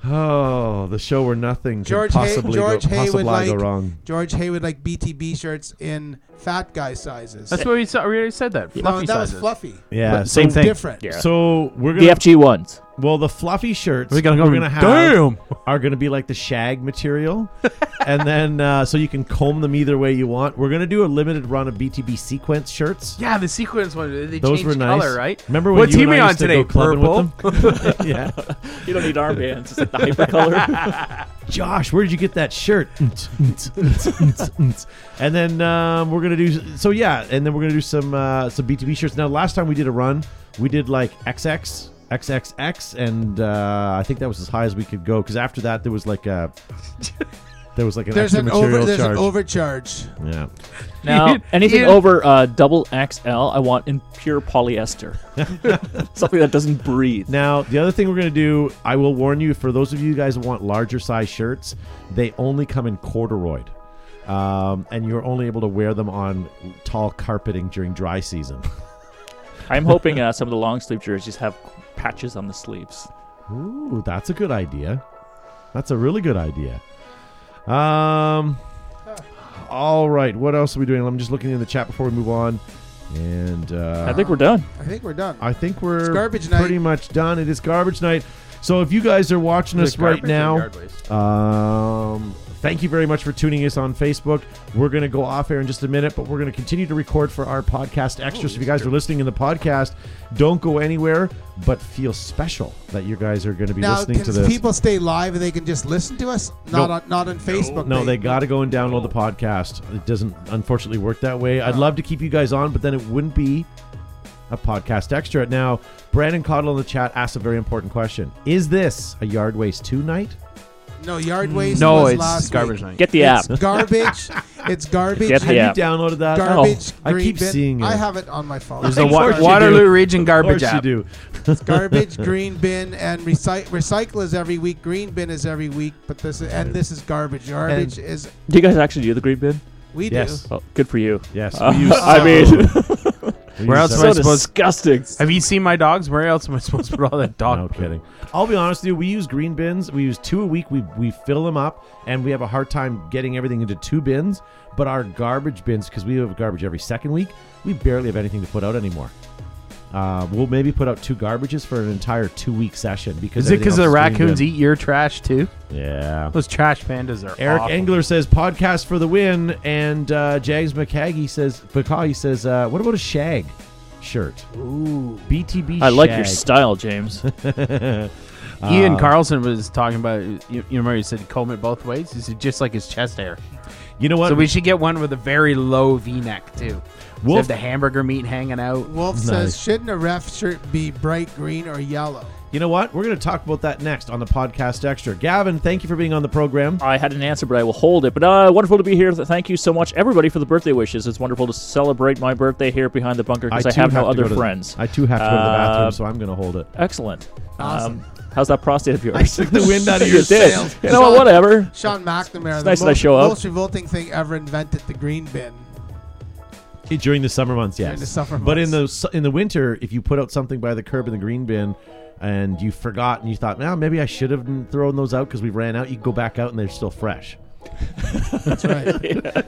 Speaker 1: Oh, the show where nothing
Speaker 6: George
Speaker 1: could
Speaker 6: Hay,
Speaker 1: possibly
Speaker 6: George
Speaker 1: go,
Speaker 6: Hay
Speaker 1: possibly
Speaker 6: would like
Speaker 1: go wrong.
Speaker 6: George Hay would like BTB shirts in fat guy sizes.
Speaker 4: That's what we said. We already said that.
Speaker 6: no,
Speaker 4: Fluffy
Speaker 6: that
Speaker 4: sizes.
Speaker 6: was fluffy.
Speaker 1: Yeah,
Speaker 3: But same
Speaker 1: so,
Speaker 3: thing.
Speaker 6: Different.
Speaker 3: Yeah.
Speaker 1: So we're
Speaker 3: The
Speaker 1: gonna
Speaker 3: FG ones.
Speaker 1: well, the fluffy shirts
Speaker 4: We're gonna go,
Speaker 1: we're gonna have
Speaker 4: "Damn!"
Speaker 1: are gonna be like the shag material, and then uh, so you can comb them either way you want. We're gonna do a limited run of BTB sequence shirts.
Speaker 4: Yeah, the sequence one. They
Speaker 1: Those
Speaker 4: changed
Speaker 1: were nice.
Speaker 4: color, right?
Speaker 1: Remember when
Speaker 4: what
Speaker 1: you and
Speaker 4: team are
Speaker 1: I
Speaker 4: you on
Speaker 1: used to
Speaker 4: today?
Speaker 1: go clubbing
Speaker 4: Purple.
Speaker 1: with them? yeah,
Speaker 3: You don't need armbands. It's like the hyper color.
Speaker 1: Josh, where did you get that shirt? and then um, we're gonna do so yeah, and then we're gonna do some uh, some BTB shirts. Now last time we did a run, we did like XX, XXX, and uh, I think that was as high as we could go because after that there was like a there was like an
Speaker 6: There's
Speaker 1: extra
Speaker 6: an
Speaker 1: material
Speaker 6: over. There's
Speaker 1: charge.
Speaker 6: an overcharge.
Speaker 1: yeah,
Speaker 3: Now,
Speaker 4: You-
Speaker 3: anything
Speaker 4: you-
Speaker 3: over uh, double XL, I want in pure polyester. Something that doesn't breathe.
Speaker 1: Now, the other thing we're going to do, I will warn you for those of you guys who want larger size shirts, they only come in corduroy. Um, and you're only able to wear them on tall carpeting during dry season.
Speaker 3: I'm hoping uh, some of the long sleeve jerseys have patches on the sleeves.
Speaker 1: Uh-huh. Ooh, that's a good idea. That's a really good idea. Um, all right, what else are we doing? I'm just looking in the chat before we move on. And uh,
Speaker 3: I think we're done.
Speaker 6: I think we're done.
Speaker 1: I think we're
Speaker 6: garbage night.
Speaker 1: pretty much done. It is garbage night. So if you guys are watching us right now, Um, thank you very much for tuning us on Facebook. We're going to go off air in just a minute, but we're going to continue to record for our podcast extras. if you guys are listening in the podcast, don't go anywhere, but feel special that you guys are going to be
Speaker 6: now,
Speaker 1: listening
Speaker 6: can
Speaker 1: to this.
Speaker 6: people stay live and they can just listen to us? Not
Speaker 1: Nope.
Speaker 6: on, not on Facebook.
Speaker 1: no, they
Speaker 6: babe.
Speaker 1: got to go and download the podcast. It doesn't unfortunately work that way. I'd love to keep you guys on, but then it wouldn't be a podcast extra. Now, Brandon Cottle in the chat asked a very important question. Is this a yard waste 2 night?
Speaker 6: no yard waste.
Speaker 4: No,
Speaker 6: was
Speaker 4: it's
Speaker 6: last
Speaker 4: garbage
Speaker 6: week.
Speaker 4: night.
Speaker 3: Get the app.
Speaker 6: It's garbage. it's garbage.
Speaker 3: Get the
Speaker 1: Have
Speaker 3: Yeah.
Speaker 1: you downloaded that? Oh,
Speaker 6: Garbage.
Speaker 1: I
Speaker 6: green
Speaker 1: keep
Speaker 6: bin.
Speaker 1: seeing it.
Speaker 6: I have it on my phone.
Speaker 4: There's a
Speaker 1: Of course
Speaker 4: wa-
Speaker 1: you
Speaker 4: Waterloo
Speaker 1: do.
Speaker 4: Region
Speaker 1: of
Speaker 4: garbage
Speaker 1: course
Speaker 4: app.
Speaker 1: you do.
Speaker 6: It's garbage, green bin, and recycle. Recycle is every week. Green bin is every week. But this is, and this is garbage. Garbage is
Speaker 3: Do you guys actually do the green bin?
Speaker 6: we
Speaker 1: Yes.
Speaker 6: do.
Speaker 3: Oh, good for you.
Speaker 1: Yes,
Speaker 3: Uh,
Speaker 1: we use
Speaker 3: I mean,
Speaker 1: We
Speaker 4: Where
Speaker 1: use
Speaker 4: else
Speaker 1: that-
Speaker 4: am I
Speaker 3: so
Speaker 4: supposed-
Speaker 3: disgusting.
Speaker 4: Have you seen my dogs? Where else am I supposed to put all that dog?
Speaker 1: No
Speaker 4: poop?
Speaker 1: kidding. I'll be honest with you. We use green bins. We use two a week. We we fill them up, and we have a hard time getting everything into two bins. But our garbage bins, because we have garbage every second week, we barely have anything to put out anymore. Uh, we'll maybe put out two garbages for an entire two week session because
Speaker 4: Is it
Speaker 1: everything
Speaker 4: because the
Speaker 1: else is green
Speaker 4: raccoons
Speaker 1: bin.
Speaker 4: eat your trash too?
Speaker 1: Yeah.
Speaker 4: Those trash pandas are.
Speaker 1: Eric
Speaker 4: awful.
Speaker 1: Engler says podcast for the win, and uh, Jags McCaggy says McCaggy says uh, what about a shag shirt? Ooh, BTB.
Speaker 3: I like your
Speaker 1: shag.
Speaker 3: style, James.
Speaker 1: Uh,
Speaker 4: Ian Carlson was talking about. You, you remember he said comb it both ways. He said just like his chest hair.
Speaker 1: You know what?
Speaker 4: So we should get one with a very low V-neck too.
Speaker 1: Wolf-
Speaker 4: Wolf. have the hamburger meat hanging out.
Speaker 6: Wolf says, shouldn't a ref shirt be bright green or yellow?
Speaker 1: You know what? We're going to talk about that next on the podcast extra. Gavin, thank you for being on the program.
Speaker 3: I had an answer, but I will hold it. But uh, wonderful to be here. Th- Thank you so much, everybody, for the birthday wishes. It's wonderful to celebrate my birthday here behind the bunker because I,
Speaker 1: too
Speaker 3: have no
Speaker 1: to go
Speaker 3: other
Speaker 1: to the-
Speaker 3: friends.
Speaker 1: I too have to go to the bathroom,
Speaker 3: Uh,
Speaker 1: so I'm going to hold it.
Speaker 3: Excellent. Um, how's that prostate of yours?
Speaker 1: took the wind out of
Speaker 3: You
Speaker 1: your
Speaker 3: did.
Speaker 6: sails.
Speaker 3: You know what? Whatever.
Speaker 6: Sean McNamara,
Speaker 3: nice that
Speaker 6: the
Speaker 3: I
Speaker 6: most,
Speaker 3: show up.
Speaker 6: most revolting thing ever invented the green bin.
Speaker 1: It- during the summer months, yes.
Speaker 6: During the summer
Speaker 1: But in
Speaker 6: months.
Speaker 1: the su- in the winter, if you put out something by the curb in the green bin, and you forgot and you thought, now maybe I should have thrown those out because we ran out. You go back out and they're still fresh.
Speaker 6: That's right.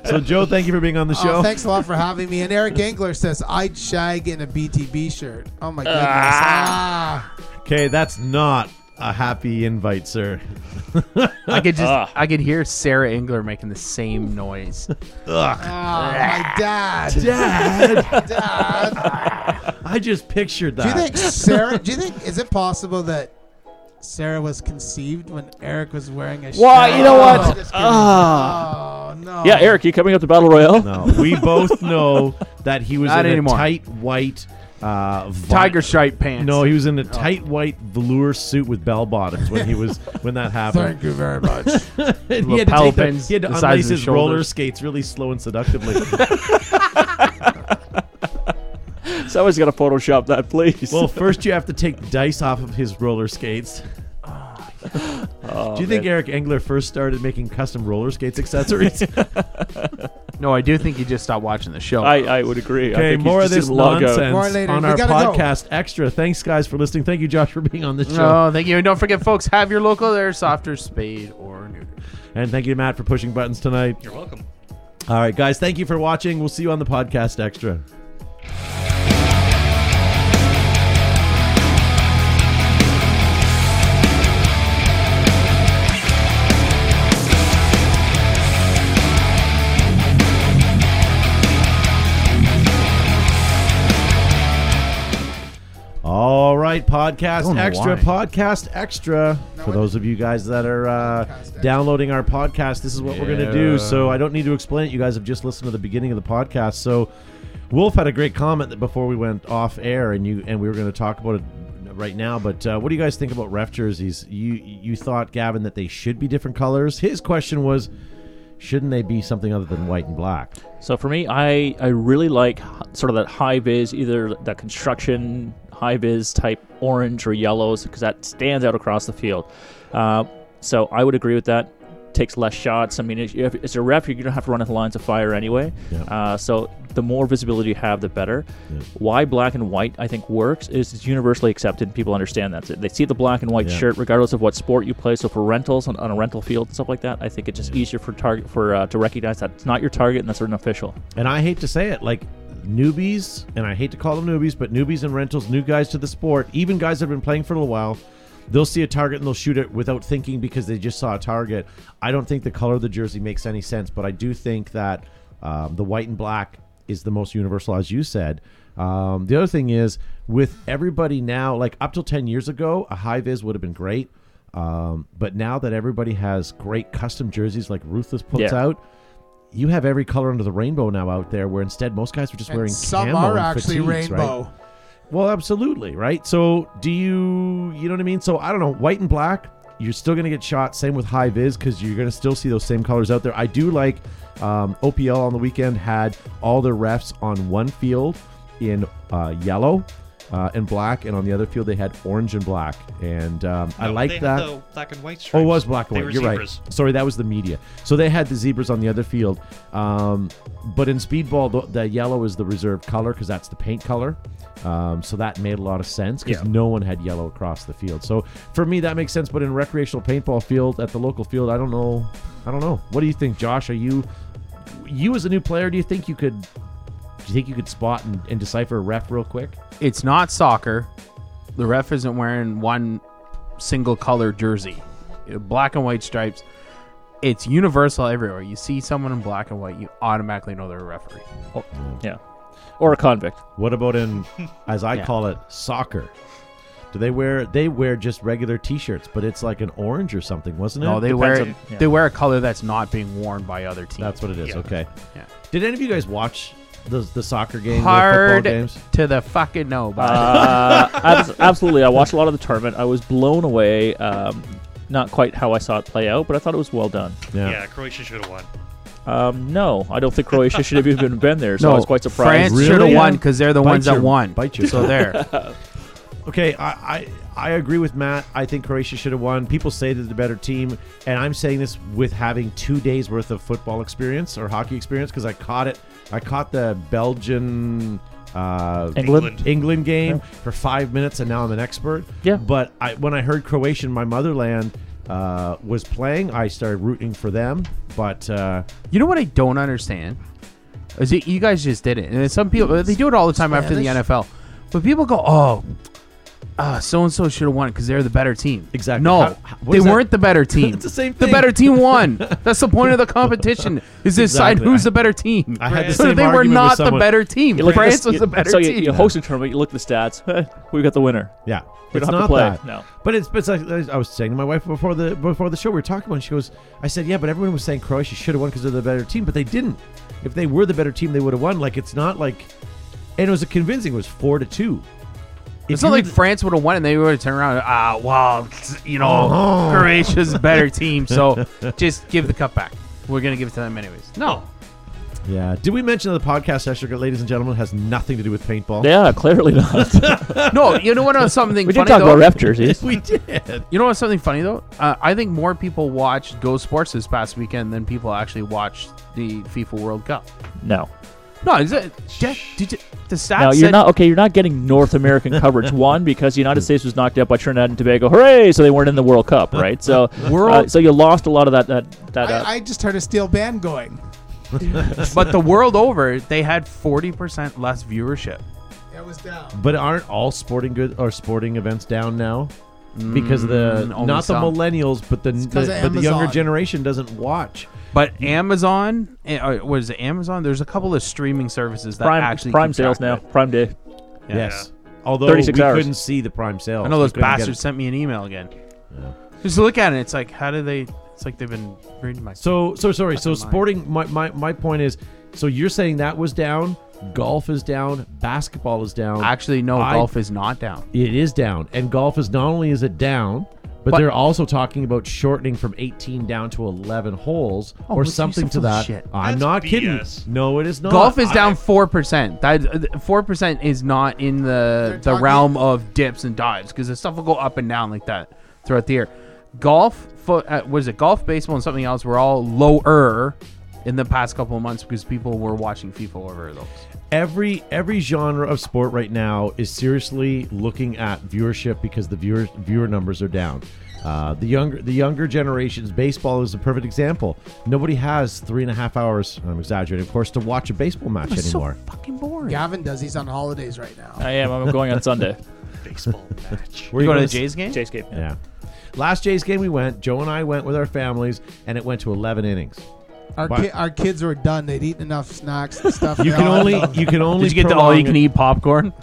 Speaker 1: So Joe, thank you for being on the show.
Speaker 6: Oh, thanks a lot for having me. And Eric Engler says, I'd shag in a BTB shirt. Oh, my goodness. Ah.
Speaker 1: okay, that's not a happy invite, sir.
Speaker 4: I could just
Speaker 3: Ah.
Speaker 4: I could hear Sarah Engler making the same noise.
Speaker 6: Ah, my dad.
Speaker 1: Dad,
Speaker 6: Dad.
Speaker 1: I just pictured
Speaker 6: Do you
Speaker 1: that.
Speaker 6: think Sarah, do you think, is it possible that Sarah was conceived when Eric was wearing a
Speaker 3: Why,
Speaker 6: shirt?
Speaker 3: you know what?
Speaker 6: Oh, just kidding.
Speaker 3: Ah.
Speaker 6: Oh, no.
Speaker 3: Yeah, Eric, you coming up to Battle Royale?
Speaker 1: no, we both know that he was
Speaker 4: Not
Speaker 1: in
Speaker 4: anymore.
Speaker 1: a tight white uh, vi-
Speaker 4: Tiger stripe pants.
Speaker 1: No, he was
Speaker 6: Oh.
Speaker 1: in a tight white velour suit with bell bottoms when he was when that happened.
Speaker 6: Thank you very much.
Speaker 1: And he had to,
Speaker 4: Lapel
Speaker 1: take the,
Speaker 4: pins
Speaker 1: he had to
Speaker 4: the size
Speaker 1: unlace
Speaker 4: of his
Speaker 1: his roller
Speaker 4: shoulders.
Speaker 1: skates really slow and seductively.
Speaker 3: Someone's got to Photoshop that, please.
Speaker 1: well, first you have to take the dice off of his roller skates.
Speaker 6: Oh,
Speaker 4: Oh,
Speaker 1: Do you think
Speaker 3: man.
Speaker 1: Eric Engler first started making custom roller skates accessories?
Speaker 4: No, I do think he just stopped watching the show.
Speaker 3: I, I would agree. I
Speaker 1: okay,
Speaker 3: think he's
Speaker 1: more of
Speaker 3: just
Speaker 1: this
Speaker 3: in logo.
Speaker 1: nonsense
Speaker 6: More later.
Speaker 1: on
Speaker 6: We
Speaker 1: our
Speaker 6: gotta go.
Speaker 1: podcast extra. Thanks, guys, for listening. Thank you, Josh, for being on the show,
Speaker 4: no, thank you. And don't forget, folks, have your local airsofter spayed or neutered.
Speaker 1: and thank you to Matt for pushing buttons tonight.
Speaker 5: You're welcome.
Speaker 1: All right, guys, thank you for watching. We'll see you on the podcast extra. All right, podcast
Speaker 4: Don't know
Speaker 1: extra,
Speaker 4: why.
Speaker 1: podcast extra. For
Speaker 6: I-
Speaker 1: those of you guys that are uh,
Speaker 6: Podcast extra.
Speaker 1: downloading our podcast, this is what we're going to do. So I don't need to explain it. You guys have just listened to the beginning of the podcast. So Wolf had a great comment that before we went off air, and you and we were going to talk about it right now. But uh, what do you guys think about ref jerseys? You you thought Gavin that they should be different colors. His question was, shouldn't they be something other than white and black?
Speaker 3: So for me, I, I really like h- sort of that high vis, either that construction high vis type orange or yellows, because that stands out across the field. Uh, so I would agree with that. Takes less shots. I mean, if, if it's a ref, you're going to have to run into lines of fire anyway.
Speaker 1: Yeah.
Speaker 3: Uh, so the more visibility you have, the better. Why black and white, I think, works is it's universally accepted. and People understand that. So they see the black and white
Speaker 1: Yeah.
Speaker 3: shirt, regardless of what sport you play. So for rentals on, on a rental field and stuff like that, I think it's just easier for target for uh, to recognize that it's not your target and that's an official.
Speaker 1: and I hate to say it, like newbies, and I hate to call them newbies, but newbies and rentals, new guys to the sport, even guys that have been playing for a little while, they'll see a target and they'll shoot it without thinking because they just saw a target. I don't think the color of the jersey makes any sense, but I do think that um, the white and black is the most universal, as you said. Um, the other thing is with everybody now, like up till 10 years ago, a high vis would have been great. Um, but now that everybody has great custom jerseys like Ruthless puts
Speaker 3: Yeah.
Speaker 1: out, you have every color under the rainbow now out there. Where instead most guys were just wearing
Speaker 6: And some
Speaker 1: camo
Speaker 6: are
Speaker 1: and
Speaker 6: actually
Speaker 1: fatigues,
Speaker 6: rainbow.
Speaker 1: Right? Well, absolutely, right. So do you? You know what I mean? So I don't know. White and black, you're still gonna get shot. Same with high vis because you're gonna still see those same colors out there. I do like um, OPL on the weekend had all the refs on one field in uh, yellow. Uh, and black, and on the other field they had orange and black, and um, I
Speaker 5: No,
Speaker 1: like
Speaker 5: they
Speaker 1: that.
Speaker 5: Had the black and white
Speaker 1: Oh,
Speaker 5: stripes.
Speaker 1: it was black and
Speaker 5: They
Speaker 1: white.
Speaker 5: were
Speaker 1: You're
Speaker 5: zebras.
Speaker 1: right. Sorry, that was the media. So they had the zebras on the other field. Um, but in speedball, the, the yellow is the reserve color because that's the paint color. Um, so that made a lot of sense because
Speaker 5: Yeah.
Speaker 1: no one had yellow across the field. So for me, that makes sense. But in recreational paintball field at the local field, I don't know. I don't know. What do you think, Josh? Are you you as a new player? Do you think you could? Do you think you could spot and, and decipher a ref real quick?
Speaker 4: It's not soccer. The ref isn't wearing one single color jersey, You know, black and white stripes. It's universal everywhere. You see someone in black and white, you automatically know they're a referee.
Speaker 3: Yeah. Or a convict.
Speaker 1: What about in, as I call it, soccer? Do they wear they wear just regular T-shirts, but it's like an orange or something, wasn't it?
Speaker 4: No, they
Speaker 3: Depends
Speaker 4: wear
Speaker 3: on- yeah.
Speaker 4: they wear a color that's not being worn by other teams.
Speaker 1: That's what it is.
Speaker 5: Yeah.
Speaker 1: Okay.
Speaker 4: Yeah.
Speaker 1: Did any of you guys watch the the soccer game,
Speaker 4: hard
Speaker 1: the football games?
Speaker 4: to the fucking no. but
Speaker 3: Uh, abs- absolutely. I watched a lot of the tournament. I was blown away. Um, not quite how I saw it play out, but I thought it was well done.
Speaker 5: Yeah, Croatia should have won.
Speaker 3: Um, no, I don't think Croatia should have even been there, so I was quite surprised.
Speaker 4: France should have
Speaker 1: Really?
Speaker 4: won because they're the
Speaker 1: Bite
Speaker 4: ones
Speaker 1: your-
Speaker 4: that won.
Speaker 1: bite your
Speaker 4: so there.
Speaker 1: Okay, I, I I agree with Matt. I think Croatia should have won. People say they're the better team, and I'm saying this with having two days worth of football experience or hockey experience because I caught it. I caught the Belgian. Uh,
Speaker 3: England.
Speaker 5: England.
Speaker 1: England game for five minutes, and now I'm an expert.
Speaker 3: Yeah.
Speaker 1: But I, when I heard Croatian, my motherland, uh, was playing, I started rooting for them. But uh,
Speaker 4: You know what I don't understand is that you guys just did it, and then some people they do it all the time after the
Speaker 6: Spanish.
Speaker 4: NFL, but people go, "Oh, uh, so and so should have won because they're the better team."
Speaker 1: Exactly.
Speaker 4: No,
Speaker 1: How- how- what
Speaker 4: they
Speaker 1: is that?
Speaker 4: weren't the better team.
Speaker 1: It's the same
Speaker 4: The
Speaker 1: thing.
Speaker 4: better team won. That's the point of the competition is to decide
Speaker 1: Exactly.
Speaker 4: who's the better team.
Speaker 1: I had the
Speaker 5: Right.
Speaker 4: so
Speaker 1: same
Speaker 4: they were
Speaker 1: argument with
Speaker 4: not the
Speaker 1: someone-
Speaker 4: better team.
Speaker 3: You look at
Speaker 4: France
Speaker 3: the-
Speaker 4: was the better
Speaker 3: so you,
Speaker 4: team.
Speaker 3: you host a tournament. You look at the stats. we got the winner.
Speaker 1: Yeah,
Speaker 3: We
Speaker 1: it's
Speaker 3: don't
Speaker 1: not
Speaker 3: have to play.
Speaker 1: that.
Speaker 3: No.
Speaker 1: but it's but it's like I was saying to my wife before the before the show we were talking about. It, she goes, I said, yeah, but everyone was saying Croatia should have won because they're the better team, but they didn't. If they were the better team, they would have won. Like it's not like, and it was a convincing. It was four to two. If
Speaker 4: it's not
Speaker 1: you
Speaker 4: like
Speaker 1: were the-
Speaker 4: France would have won and they would have turned around. and, Ah, well, it's, you know,
Speaker 3: Oh.
Speaker 4: Croatia's a better team, so just give the cup back. We're gonna give it to them anyways. No,
Speaker 1: yeah. Did we mention that the podcast session, ladies and gentlemen, has nothing to do with paintball?
Speaker 3: Yeah, clearly not.
Speaker 4: no. You know what? uh, Something
Speaker 3: we did
Speaker 4: funny
Speaker 3: talk
Speaker 4: though?
Speaker 3: about ref jerseys.
Speaker 1: we did.
Speaker 4: You know what's something funny though? Uh, I think more people watched Go Sports this past weekend than people actually watched the FIFA World Cup.
Speaker 3: No.
Speaker 4: No, is it? Did, did you, the stats?
Speaker 3: No, you're
Speaker 4: said-
Speaker 3: not okay. You're not getting North American coverage. One, because the United States was knocked out by Trinidad and Tobago. Hooray! So they weren't in the World Cup, right? So, uh,
Speaker 4: World-
Speaker 3: so you lost a lot of that. That. that uh,
Speaker 6: I, I just heard a steel band going.
Speaker 4: But the world over, they had forty percent less viewership.
Speaker 6: It was down.
Speaker 1: But aren't all sporting good or sporting events down now? Because the
Speaker 4: Mm, only
Speaker 1: not the
Speaker 4: some.
Speaker 1: millennials, but the, the
Speaker 6: 'cause of
Speaker 1: but the younger
Speaker 6: Amazon.
Speaker 1: generation doesn't watch.
Speaker 4: But Amazon, eh, uh, was it Amazon? There's a couple of streaming services that
Speaker 3: prime.
Speaker 4: actually
Speaker 3: Prime
Speaker 4: keep
Speaker 3: sales
Speaker 4: track
Speaker 3: now.
Speaker 4: of it.
Speaker 3: Prime day.
Speaker 1: Yes. Although
Speaker 3: 36
Speaker 1: we
Speaker 3: hours.
Speaker 1: couldn't see the prime sale.
Speaker 4: I know those bastards sent me an email again. Just look at it. It's like, how do they? It's like they've been reading my.
Speaker 1: So so sorry. So
Speaker 4: Fucking lie.
Speaker 1: sporting. My, my my point is. So you're saying that was down. Golf is down. Basketball is down.
Speaker 4: actually, no,
Speaker 1: I-
Speaker 4: golf is not down.
Speaker 1: it is down. And golf is not only is it down, but,
Speaker 4: But-
Speaker 1: they're also talking about shortening from 18 down to 11 holes
Speaker 4: Oh,
Speaker 1: or
Speaker 4: which is
Speaker 1: something to
Speaker 4: some
Speaker 1: that.
Speaker 4: shit.
Speaker 1: I'm
Speaker 5: That's
Speaker 1: not
Speaker 5: BS.
Speaker 1: kidding. No, it is not.
Speaker 4: Golf is
Speaker 1: I-
Speaker 4: down four percent. That uh, four percent is not in the the
Speaker 6: talking-
Speaker 4: realm of dips and dives because the stuff will go up and down like that throughout the year. Golf, fo- uh, was it golf, baseball, and something else were all lower in the past couple of months because people were watching FIFA over those.
Speaker 1: every every genre of sport right now is seriously looking at viewership because the viewer viewer numbers are down. Uh, the younger the younger generations, baseball is a perfect example. Nobody has three and a half hours. I'm exaggerating, of course, to watch a baseball match
Speaker 4: It's so
Speaker 1: anymore.
Speaker 4: fucking boring.
Speaker 6: Gavin does. He's on holidays right now.
Speaker 3: I am. I'm going on Sunday.
Speaker 5: Baseball match.
Speaker 1: Where
Speaker 4: You going to the
Speaker 1: s-
Speaker 4: Jays game?
Speaker 3: Chase Cape.
Speaker 1: Yeah. Last Jays game we went. Joe and I went with our families, and it went to 11 innings.
Speaker 6: Our,
Speaker 1: But-
Speaker 6: ki- our kids were done. They'd eaten enough snacks and stuff.
Speaker 1: You
Speaker 6: They
Speaker 1: can
Speaker 6: all
Speaker 1: only
Speaker 6: had those.
Speaker 1: you can only
Speaker 4: Did you get the
Speaker 1: prolong
Speaker 4: all you can
Speaker 1: it-
Speaker 4: eat popcorn?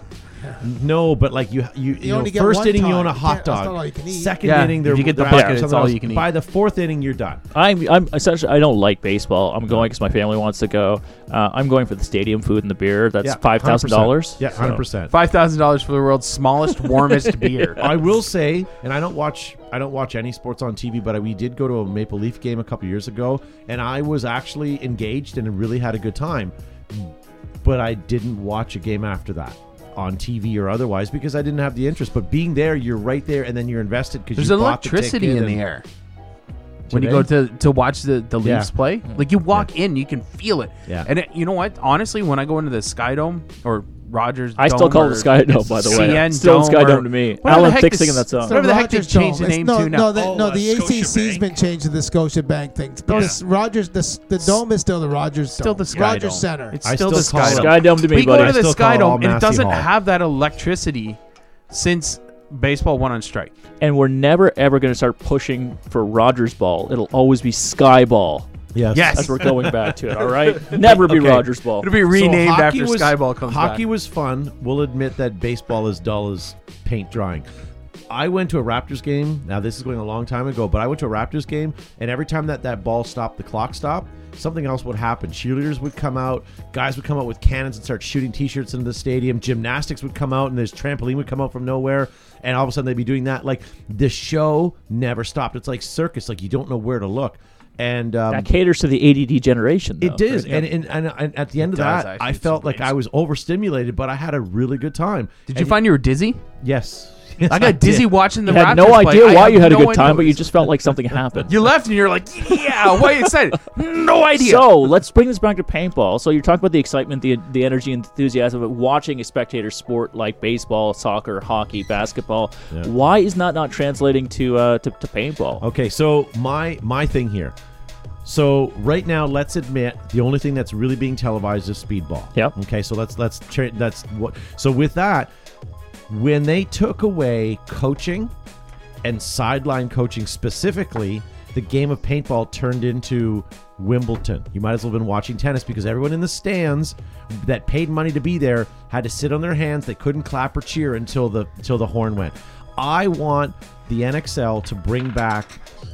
Speaker 1: No, but like you, you, you,
Speaker 6: only
Speaker 1: know,
Speaker 6: get
Speaker 1: first
Speaker 6: one
Speaker 1: inning you
Speaker 6: time.
Speaker 1: own a
Speaker 6: You
Speaker 1: hot
Speaker 6: can't- that's not all
Speaker 1: dog.
Speaker 6: you can eat.
Speaker 1: Second
Speaker 4: Yeah,
Speaker 1: inning,
Speaker 4: if
Speaker 1: they're
Speaker 4: you get the
Speaker 1: they're asking
Speaker 4: bucket, it's
Speaker 1: something
Speaker 4: all
Speaker 1: else.
Speaker 4: you can
Speaker 1: By the fourth inning, you're done.
Speaker 3: I'm, I'm essentially I don't like baseball. I'm going because my family wants to go. Uh, I'm going for the stadium food and the beer. That's
Speaker 1: Yeah,
Speaker 3: five thousand dollars.
Speaker 1: Yeah, hundred percent.
Speaker 4: Five thousand dollars for the world's smallest, warmest beer.
Speaker 1: I will say, and I don't watch I don't watch any sports on TV, but I, we did go to a Maple Leaf game a couple years ago, and I was actually engaged and really had a good time. But I didn't watch a game after that on TV or otherwise because I didn't have the interest. But being there, you're right there, and then you're invested because
Speaker 4: There's
Speaker 1: you bought
Speaker 4: electricity
Speaker 1: the
Speaker 4: in
Speaker 1: ticket
Speaker 4: the
Speaker 1: and-
Speaker 4: air. When you
Speaker 1: Today?
Speaker 4: go to to watch the the
Speaker 1: Yeah.
Speaker 4: Leafs play,
Speaker 3: Mm.
Speaker 4: like you walk in, you can feel it.
Speaker 1: Yeah.
Speaker 4: And it, you know what? Honestly, when I go into the Sky Dome or Rogers,
Speaker 3: I still
Speaker 4: Dome
Speaker 3: call it
Speaker 4: or
Speaker 3: the Sky Dome, by the way.
Speaker 4: CN
Speaker 3: Still
Speaker 4: Dome
Speaker 3: Sky
Speaker 4: or-
Speaker 3: Dome to me.
Speaker 4: whatever
Speaker 3: Alan
Speaker 4: the heck
Speaker 3: Thicke's
Speaker 4: this-
Speaker 3: singing that song.
Speaker 4: Whatever the heck they
Speaker 6: Rogers
Speaker 4: changed
Speaker 6: Dome.
Speaker 4: the
Speaker 6: It's-
Speaker 4: name
Speaker 6: no,
Speaker 4: to
Speaker 6: No,
Speaker 4: now. Oh,
Speaker 6: the,
Speaker 5: Oh,
Speaker 6: no,
Speaker 5: uh,
Speaker 6: the ACC's
Speaker 5: Scotiabank.
Speaker 6: been changed to the Scotiabank thing. But
Speaker 5: Yeah.
Speaker 6: this Rogers, the, the dome is still the Rogers Dome.
Speaker 4: Still the Sky Dome.
Speaker 6: Rogers Center.
Speaker 4: It's
Speaker 1: I
Speaker 4: still, the
Speaker 1: still
Speaker 4: Sky
Speaker 1: call
Speaker 4: Dome.
Speaker 1: it-
Speaker 3: Sky Dome to me,
Speaker 4: we go
Speaker 3: buddy.
Speaker 4: to the
Speaker 1: still
Speaker 4: Sky
Speaker 1: call it all
Speaker 4: Dome, and it
Speaker 1: Massey
Speaker 4: doesn't
Speaker 1: Hall.
Speaker 4: have that electricity since baseball went on strike.
Speaker 3: and we're never ever going to start pushing for Rogers Ball. It'll always be Sky Ball.
Speaker 1: Yes.
Speaker 4: Yes.
Speaker 3: That's we're going back to it. All right, never be
Speaker 1: Okay.
Speaker 3: Rogers Ball.
Speaker 4: It'll be
Speaker 1: So
Speaker 4: renamed
Speaker 1: hockey
Speaker 4: after
Speaker 1: was-
Speaker 4: Sky Ball comes back.
Speaker 1: Hockey was fun. We'll admit that baseball is dull as paint drying. I went to a Raptors game. Now this is going a long time ago, but I went to a Raptors game, and every time that that ball stopped, the clock stopped. Something else would happen. Cheerleaders would come out. Guys would come out with cannons and start shooting T-shirts into the stadium. Gymnastics would come out, and this trampoline would come out from nowhere, and all of a sudden they'd be doing that. Like the show never stopped. It's like circus. Like you don't know where to look. and um,
Speaker 3: That caters to the ADD generation.
Speaker 1: it
Speaker 3: though,
Speaker 1: does.
Speaker 3: right?
Speaker 1: And, and, and and at the end of
Speaker 4: does,
Speaker 1: that,
Speaker 4: actually,
Speaker 1: I
Speaker 4: in
Speaker 1: felt
Speaker 4: some
Speaker 1: like
Speaker 4: ways.
Speaker 1: I was overstimulated, but I had a really good time.
Speaker 4: Did
Speaker 1: And
Speaker 4: you find you were dizzy?
Speaker 1: Yes.
Speaker 4: I got dizzy watching the
Speaker 3: You had
Speaker 4: Raptors
Speaker 3: no
Speaker 4: play.
Speaker 3: idea
Speaker 4: I
Speaker 3: why
Speaker 4: have
Speaker 3: you had a
Speaker 4: no
Speaker 3: good time, but
Speaker 4: idea.
Speaker 3: you just felt like something happened.
Speaker 4: you left and you're like, yeah, why are you excited? No idea.
Speaker 3: So let's bring this back to paintball. So you're talking about the excitement, the the energy, and enthusiasm of watching a spectator sport like baseball, soccer, hockey, basketball. Why is that not translating to uh, to, to paintball?
Speaker 1: Okay, so my my thing here. So right now, let's admit the only thing that's really being televised is speedball.
Speaker 3: Yep.
Speaker 1: Okay, so let's let's tra- that's what. So with that, when they took away coaching and sideline coaching specifically, the game of paintball turned into Wimbledon. You might as well have been watching tennis because everyone in the stands that paid money to be there had to sit on their hands. They couldn't clap or cheer until the until the horn went. I want the NXL to bring back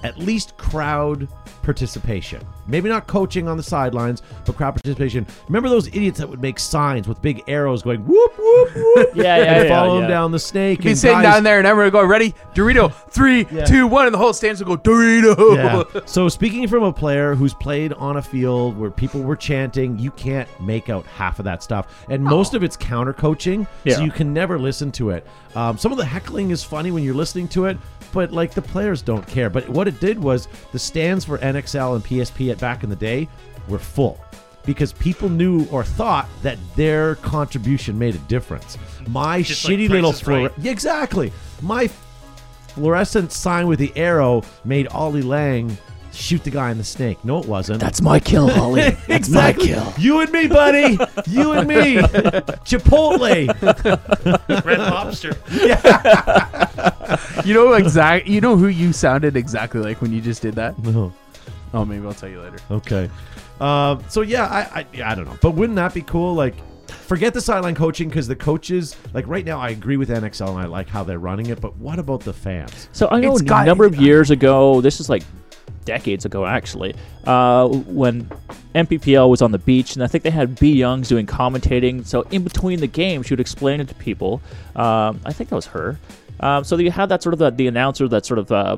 Speaker 1: at least crowd participation. Maybe not coaching on the sidelines, but crowd participation. Remember those idiots that would make signs with big arrows going whoop whoop whoop
Speaker 3: Yeah, yeah,
Speaker 1: and
Speaker 3: yeah,
Speaker 1: follow
Speaker 3: yeah.
Speaker 1: them down the snake.
Speaker 4: be
Speaker 1: and
Speaker 4: sitting
Speaker 1: guys-
Speaker 4: down there and everyone go, ready? Dorito, three, two, one,
Speaker 1: Yeah.
Speaker 4: and the whole stands will go, Dorito.
Speaker 1: yeah. So speaking from a player who's played on a field where people were chanting, you can't make out half of that stuff, and most of it's counter coaching,
Speaker 3: Yeah.
Speaker 1: so you can never listen to it. Um, some of the heckling is funny when you're listening to it, but like the players don't care. But what it did was the stands for NXL and PSP at back in the day were full. Because people knew or thought that their contribution made a difference. My
Speaker 5: Just like
Speaker 1: shitty
Speaker 5: Price
Speaker 1: little
Speaker 5: is Right.
Speaker 1: fluor- exactly. My fluorescent sign with the arrow made Ollie Lang shoot the guy in the snake. No, it wasn't.
Speaker 3: That's my kill, Holly. That's
Speaker 1: exactly.
Speaker 3: my kill.
Speaker 1: You and me, buddy. you and me. Chipotle.
Speaker 5: Red Lobster.
Speaker 4: You know exact. You know who you sounded exactly like when you just did that? Oh, maybe I'll tell you later.
Speaker 1: Okay. Um, so yeah, I, I yeah, I don't know, but wouldn't that be cool? Like, forget the sideline coaching because the coaches, like right now, I agree with NXL and I like how they're running it. But what about the fans?
Speaker 3: So I know
Speaker 4: It's
Speaker 3: a
Speaker 4: got-
Speaker 3: number of years ago, this is like decades ago actually, uh, when MPPL was on the beach, and I think they had B Youngs doing commentating. So in between the games, she would explain it to people. Um, I think that was her. Um, so you had that sort of the, the announcer, that sort of uh,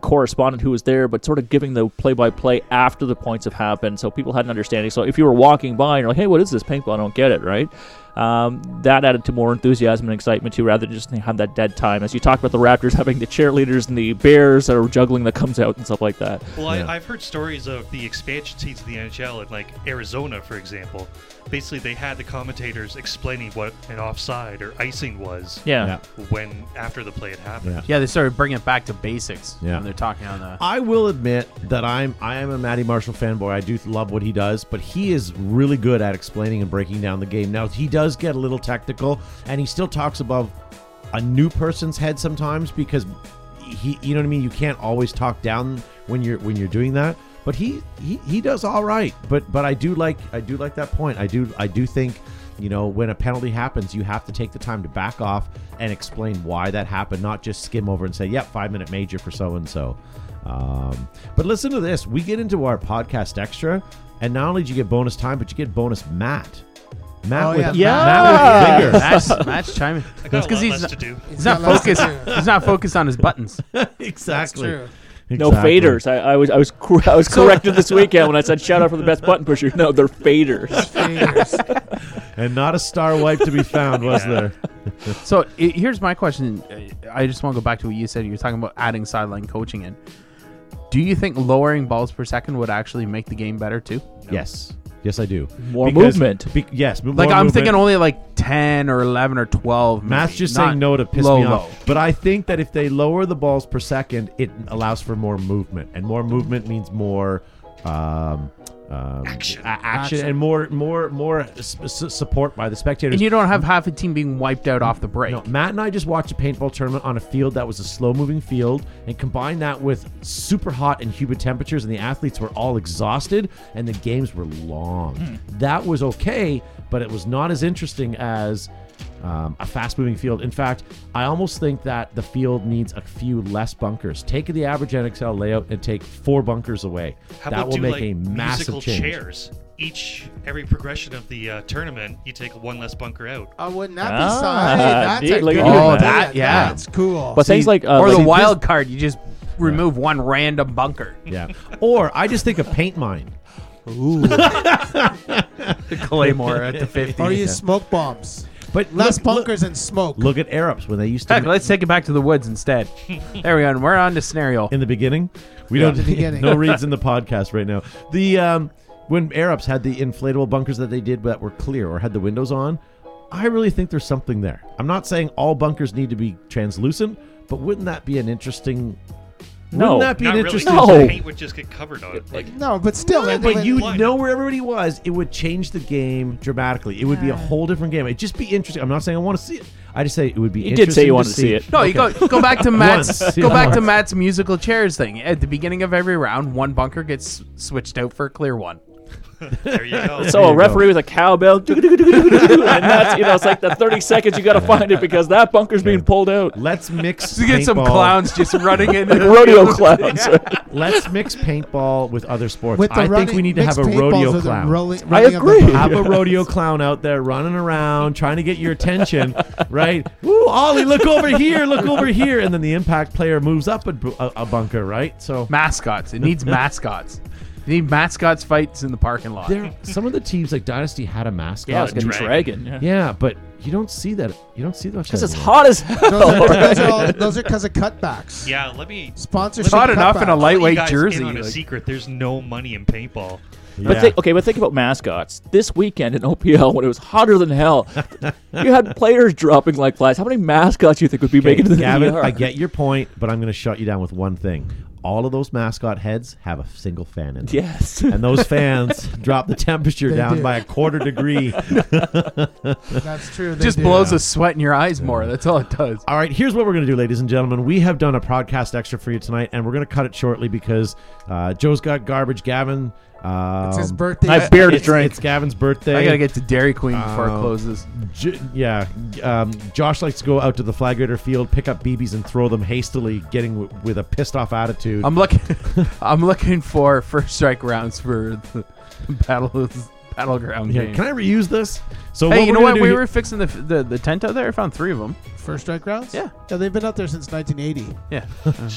Speaker 3: correspondent who was there, but sort of giving the play-by-play after the points have happened, so people had an understanding. So if you were walking by and you're like, "Hey, what is this paintball?" I don't get it, right? Um, that added to more enthusiasm and excitement too, rather than just have that dead time. As you talked about the Raptors having the cheerleaders and the bears that are juggling that comes out and stuff like that.
Speaker 5: Well,
Speaker 1: Yeah.
Speaker 5: I, I've heard stories of the expansion teams of the NHL in like Arizona, for example. Basically, they had the commentators explaining what an offside or icing was
Speaker 3: Yeah.
Speaker 1: Yeah.
Speaker 5: when after the play had happened.
Speaker 1: Yeah.
Speaker 4: Yeah, they started bringing it back to basics
Speaker 1: Yeah.
Speaker 4: when they're talking on the.
Speaker 1: I will admit that I'm I am a Matty Marshall fanboy. I do love what he does, but he is really good at explaining and breaking down the game. Now he does get a little technical, and he still talks above a new person's head sometimes because he, you know what I mean. You can't always talk down when you're when you're doing that. But he he, he does all right. But but I do like I do like that point. I do I do think. You know, when a penalty happens, you have to take the time to back off and explain why that happened, not just skim over and say, yep, five minute major for so and so. Um, but listen to this. We get into our podcast extra, and not only do you get bonus time, but you get bonus Matt. Matt
Speaker 6: Oh,
Speaker 1: with
Speaker 6: yeah,
Speaker 1: Matt with finger.
Speaker 4: Match, match chiming.
Speaker 5: I
Speaker 4: That's because
Speaker 5: got a lot
Speaker 4: he's
Speaker 5: less
Speaker 4: not,
Speaker 5: to do.
Speaker 4: he's not
Speaker 6: Got lots to
Speaker 4: focused.
Speaker 6: do.
Speaker 4: he's not focused on his buttons.
Speaker 6: That's
Speaker 1: exactly.
Speaker 6: true.
Speaker 3: No
Speaker 1: Exactly.
Speaker 3: faders. I, I was I was cor- I was corrected this weekend when I said shout out for the best button pusher. No, they're faders.
Speaker 6: Fingers.
Speaker 1: And not a star wipe to be found, was
Speaker 5: Yeah.
Speaker 1: there?
Speaker 4: So i here's my question. Uh, I just want to go back to what you said. You're talking about adding sideline coaching in. Do you think lowering balls per second would actually make the game better too?
Speaker 1: Yes. Yes, I do.
Speaker 3: More
Speaker 1: Because-
Speaker 3: movement.
Speaker 1: Be- yes. more
Speaker 4: Like I'm
Speaker 1: movement.
Speaker 4: thinking only like ten or eleven or twelve.
Speaker 1: Matt's
Speaker 4: maybe,
Speaker 1: just
Speaker 4: not
Speaker 1: saying no to piss
Speaker 4: low,
Speaker 1: me off.
Speaker 4: low.
Speaker 1: But I think that if they lower the balls per second, it allows for more movement, and more movement means more um, um, action. action, and more more more s- s- support by the spectators.
Speaker 4: And you don't have half a team being wiped out off the break.
Speaker 1: No, Matt and I just watched a paintball tournament on a field that was a slow moving field, and combine that with super hot and humid temperatures, and the athletes were all exhausted, and the games were long.
Speaker 5: Hmm.
Speaker 1: That was okay, but it was not as interesting as um, a fast moving field. In fact, I almost think that the field needs a few less bunkers. Take the average NXL layout and take four bunkers away.
Speaker 5: How
Speaker 1: that
Speaker 5: about
Speaker 1: will
Speaker 5: do
Speaker 1: make
Speaker 5: like
Speaker 1: a massive
Speaker 5: musical
Speaker 1: change.
Speaker 5: chairs? Each every progression of the uh, tournament, you take one less bunker out.
Speaker 6: Oh, wouldn't that
Speaker 3: Ah,
Speaker 6: be side? That's
Speaker 3: deep,
Speaker 6: a
Speaker 3: look at
Speaker 6: good idea.
Speaker 4: that. Oh, that, yeah.
Speaker 6: That's cool.
Speaker 3: But things like uh,
Speaker 4: or the
Speaker 3: like-
Speaker 4: wild card, you just remove one random bunker.
Speaker 1: Yeah. Or I just think a paint mine.
Speaker 4: The Claymore at the 50.
Speaker 6: Or you smoke bombs.
Speaker 1: But
Speaker 6: Less
Speaker 1: look, look-
Speaker 6: bunkers and smoke.
Speaker 1: Look, at air ups when they used to.
Speaker 4: Heck,
Speaker 1: ma-
Speaker 4: let's take it back to the woods instead. There we go. And we're on to scenario.
Speaker 1: in the beginning. We
Speaker 6: Yeah,
Speaker 1: don't.
Speaker 6: the beginning.
Speaker 1: no reads in the podcast right now. The um, when Air Ups had the inflatable bunkers that they did that were clear or had the windows on, I really think there's something there. I'm not saying all bunkers need to be translucent, but wouldn't that be an interesting?
Speaker 3: No.
Speaker 1: wouldn't that be
Speaker 5: Not
Speaker 1: an
Speaker 5: really.
Speaker 1: interesting?
Speaker 5: because
Speaker 3: No.
Speaker 5: The paint would just get covered on it. Like,
Speaker 6: no, but still. it-
Speaker 1: But
Speaker 6: it-
Speaker 1: you
Speaker 5: Why?
Speaker 1: know where everybody was, it would change the game dramatically. It would be a whole different game. It'd just be interesting. I'm not saying I want to see it. I just say it would be.
Speaker 3: You did say you
Speaker 1: interesting
Speaker 3: wanted to see it.
Speaker 4: No, you go go back to Matt's
Speaker 1: Once.
Speaker 4: go back to
Speaker 1: Once.
Speaker 4: Matt's musical chairs thing. At the beginning of every round, one bunker gets switched out for a clear one.
Speaker 5: there you go.
Speaker 3: So a referee with a cowbell, and that's you know it's like the thirty seconds you got to find it because that bunker's being pulled out.
Speaker 1: Let's mix.
Speaker 4: You get some
Speaker 1: paintball-
Speaker 4: clowns just running in.
Speaker 3: Rodeo clowns.
Speaker 1: Let's mix paintball with other sports.
Speaker 6: With
Speaker 1: I
Speaker 6: the
Speaker 1: think
Speaker 6: running-
Speaker 1: we need to
Speaker 6: mixed
Speaker 1: have a
Speaker 6: paintballs
Speaker 1: rodeo
Speaker 6: with the
Speaker 1: clown.
Speaker 6: rolling- running of the
Speaker 3: agree.
Speaker 6: bunkers.
Speaker 1: have a rodeo clown out there running around trying to get your attention, right? Ooh, Ollie, look over here, look over here, and then the impact player moves up a, bu- a, a bunker, right? So
Speaker 4: mascots. It needs mascots. You need mascots fights in the parking lot.
Speaker 1: there, some of the teams like Dynasty had a mascot.
Speaker 3: Yeah, it's
Speaker 1: and-
Speaker 3: gonna dragon. yeah.
Speaker 1: yeah, but you don't see that. You don't see that.
Speaker 3: This is
Speaker 1: anymore.
Speaker 3: hot as hell.
Speaker 6: Those are, those are all- those are because of cutbacks.
Speaker 5: yeah, let me.
Speaker 6: Sponsorship.
Speaker 4: It's hot enough in a
Speaker 6: cutbacks.
Speaker 5: let you
Speaker 4: lightweight
Speaker 5: guys in
Speaker 4: jersey.
Speaker 5: on a
Speaker 4: like-
Speaker 5: secret. There's no money in paintball.
Speaker 1: Yeah.
Speaker 3: But think, okay, but think about mascots. This weekend in OPL, when it was hotter than hell, you had players dropping like flies. How many mascots do you think would be
Speaker 1: Okay,
Speaker 3: making it to the
Speaker 1: Gavin,
Speaker 3: ER?
Speaker 1: I get your point, but I'm going to shut you down with one thing. All of those mascot heads have a single fan in them.
Speaker 3: Yes.
Speaker 1: And those fans drop the temperature
Speaker 6: They
Speaker 1: down
Speaker 6: do.
Speaker 1: by a quarter degree.
Speaker 6: That's true. they
Speaker 4: just
Speaker 6: do.
Speaker 4: blows a sweat in your eyes more. That's all it does.
Speaker 1: All right, here's what we're going to do, ladies and gentlemen. We have done a podcast extra for you tonight, and we're going to cut it shortly because uh, Joe's got garbage. Gavin, um,
Speaker 6: It's his birthday.
Speaker 3: I have beer to
Speaker 1: it's-
Speaker 3: drink.
Speaker 1: It's Gavin's birthday.
Speaker 4: I gotta get to Dairy Queen before
Speaker 1: Um,
Speaker 4: it closes.
Speaker 1: J- yeah, um, Josh likes to go out to the flag grader field, pick up BBs, and throw them hastily, getting w- with a pissed off attitude.
Speaker 4: I'm looking. I'm looking for first strike rounds for the battle battleground
Speaker 1: yeah,
Speaker 4: game.
Speaker 1: can I reuse this? So
Speaker 4: hey, you
Speaker 1: we're
Speaker 4: know
Speaker 1: gonna
Speaker 4: what?
Speaker 1: do
Speaker 4: We
Speaker 1: he-
Speaker 4: were fixing the, the the tent out there. I found three of them.
Speaker 6: First strike rounds?
Speaker 4: Yeah.
Speaker 6: Yeah, they've been out there since 1980.
Speaker 4: Yeah,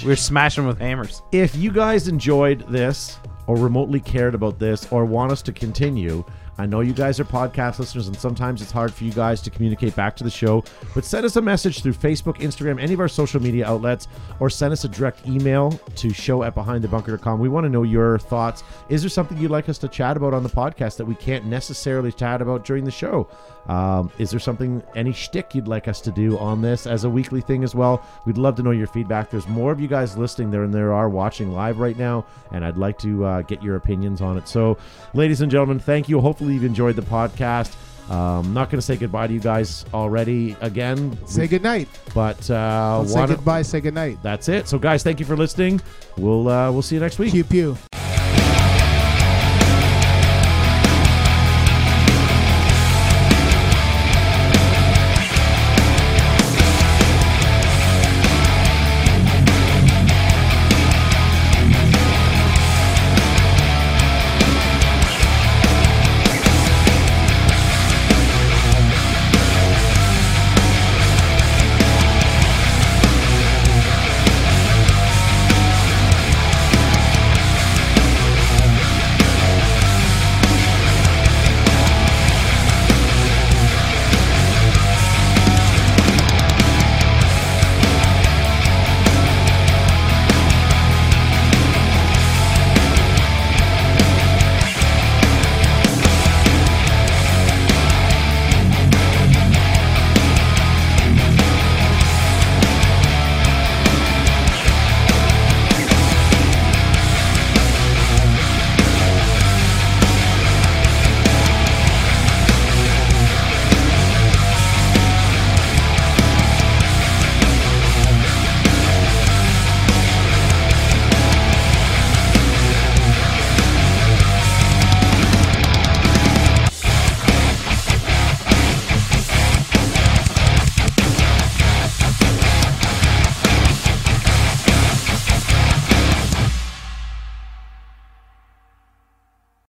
Speaker 4: we were smashing them with hammers.
Speaker 1: if you guys enjoyed this or remotely cared about this or want us to continue i know you guys are podcast listeners and sometimes it's hard for you guys to communicate back to the show but send us a message through facebook instagram any of our social media outlets or send us a direct email to show at behindthebunker.com we want to know your thoughts is there something you'd like us to chat about on the podcast that we can't necessarily chat about during the show um, is there something, any shtick you'd like us to do on this as a weekly thing as well? We'd love to know your feedback. There's more of you guys listening there and there are watching live right now, and I'd like to uh, get your opinions on it. So, ladies and gentlemen, thank you. Hopefully, you've enjoyed the podcast. Um, not going to say goodbye to you guys already again,
Speaker 6: Say goodnight.
Speaker 1: but uh,
Speaker 6: Don't say
Speaker 1: why don't-
Speaker 6: goodbye, say goodnight.
Speaker 1: that's it. So, guys, thank you for listening. We'll uh, we'll see you next week.
Speaker 6: Pew pew.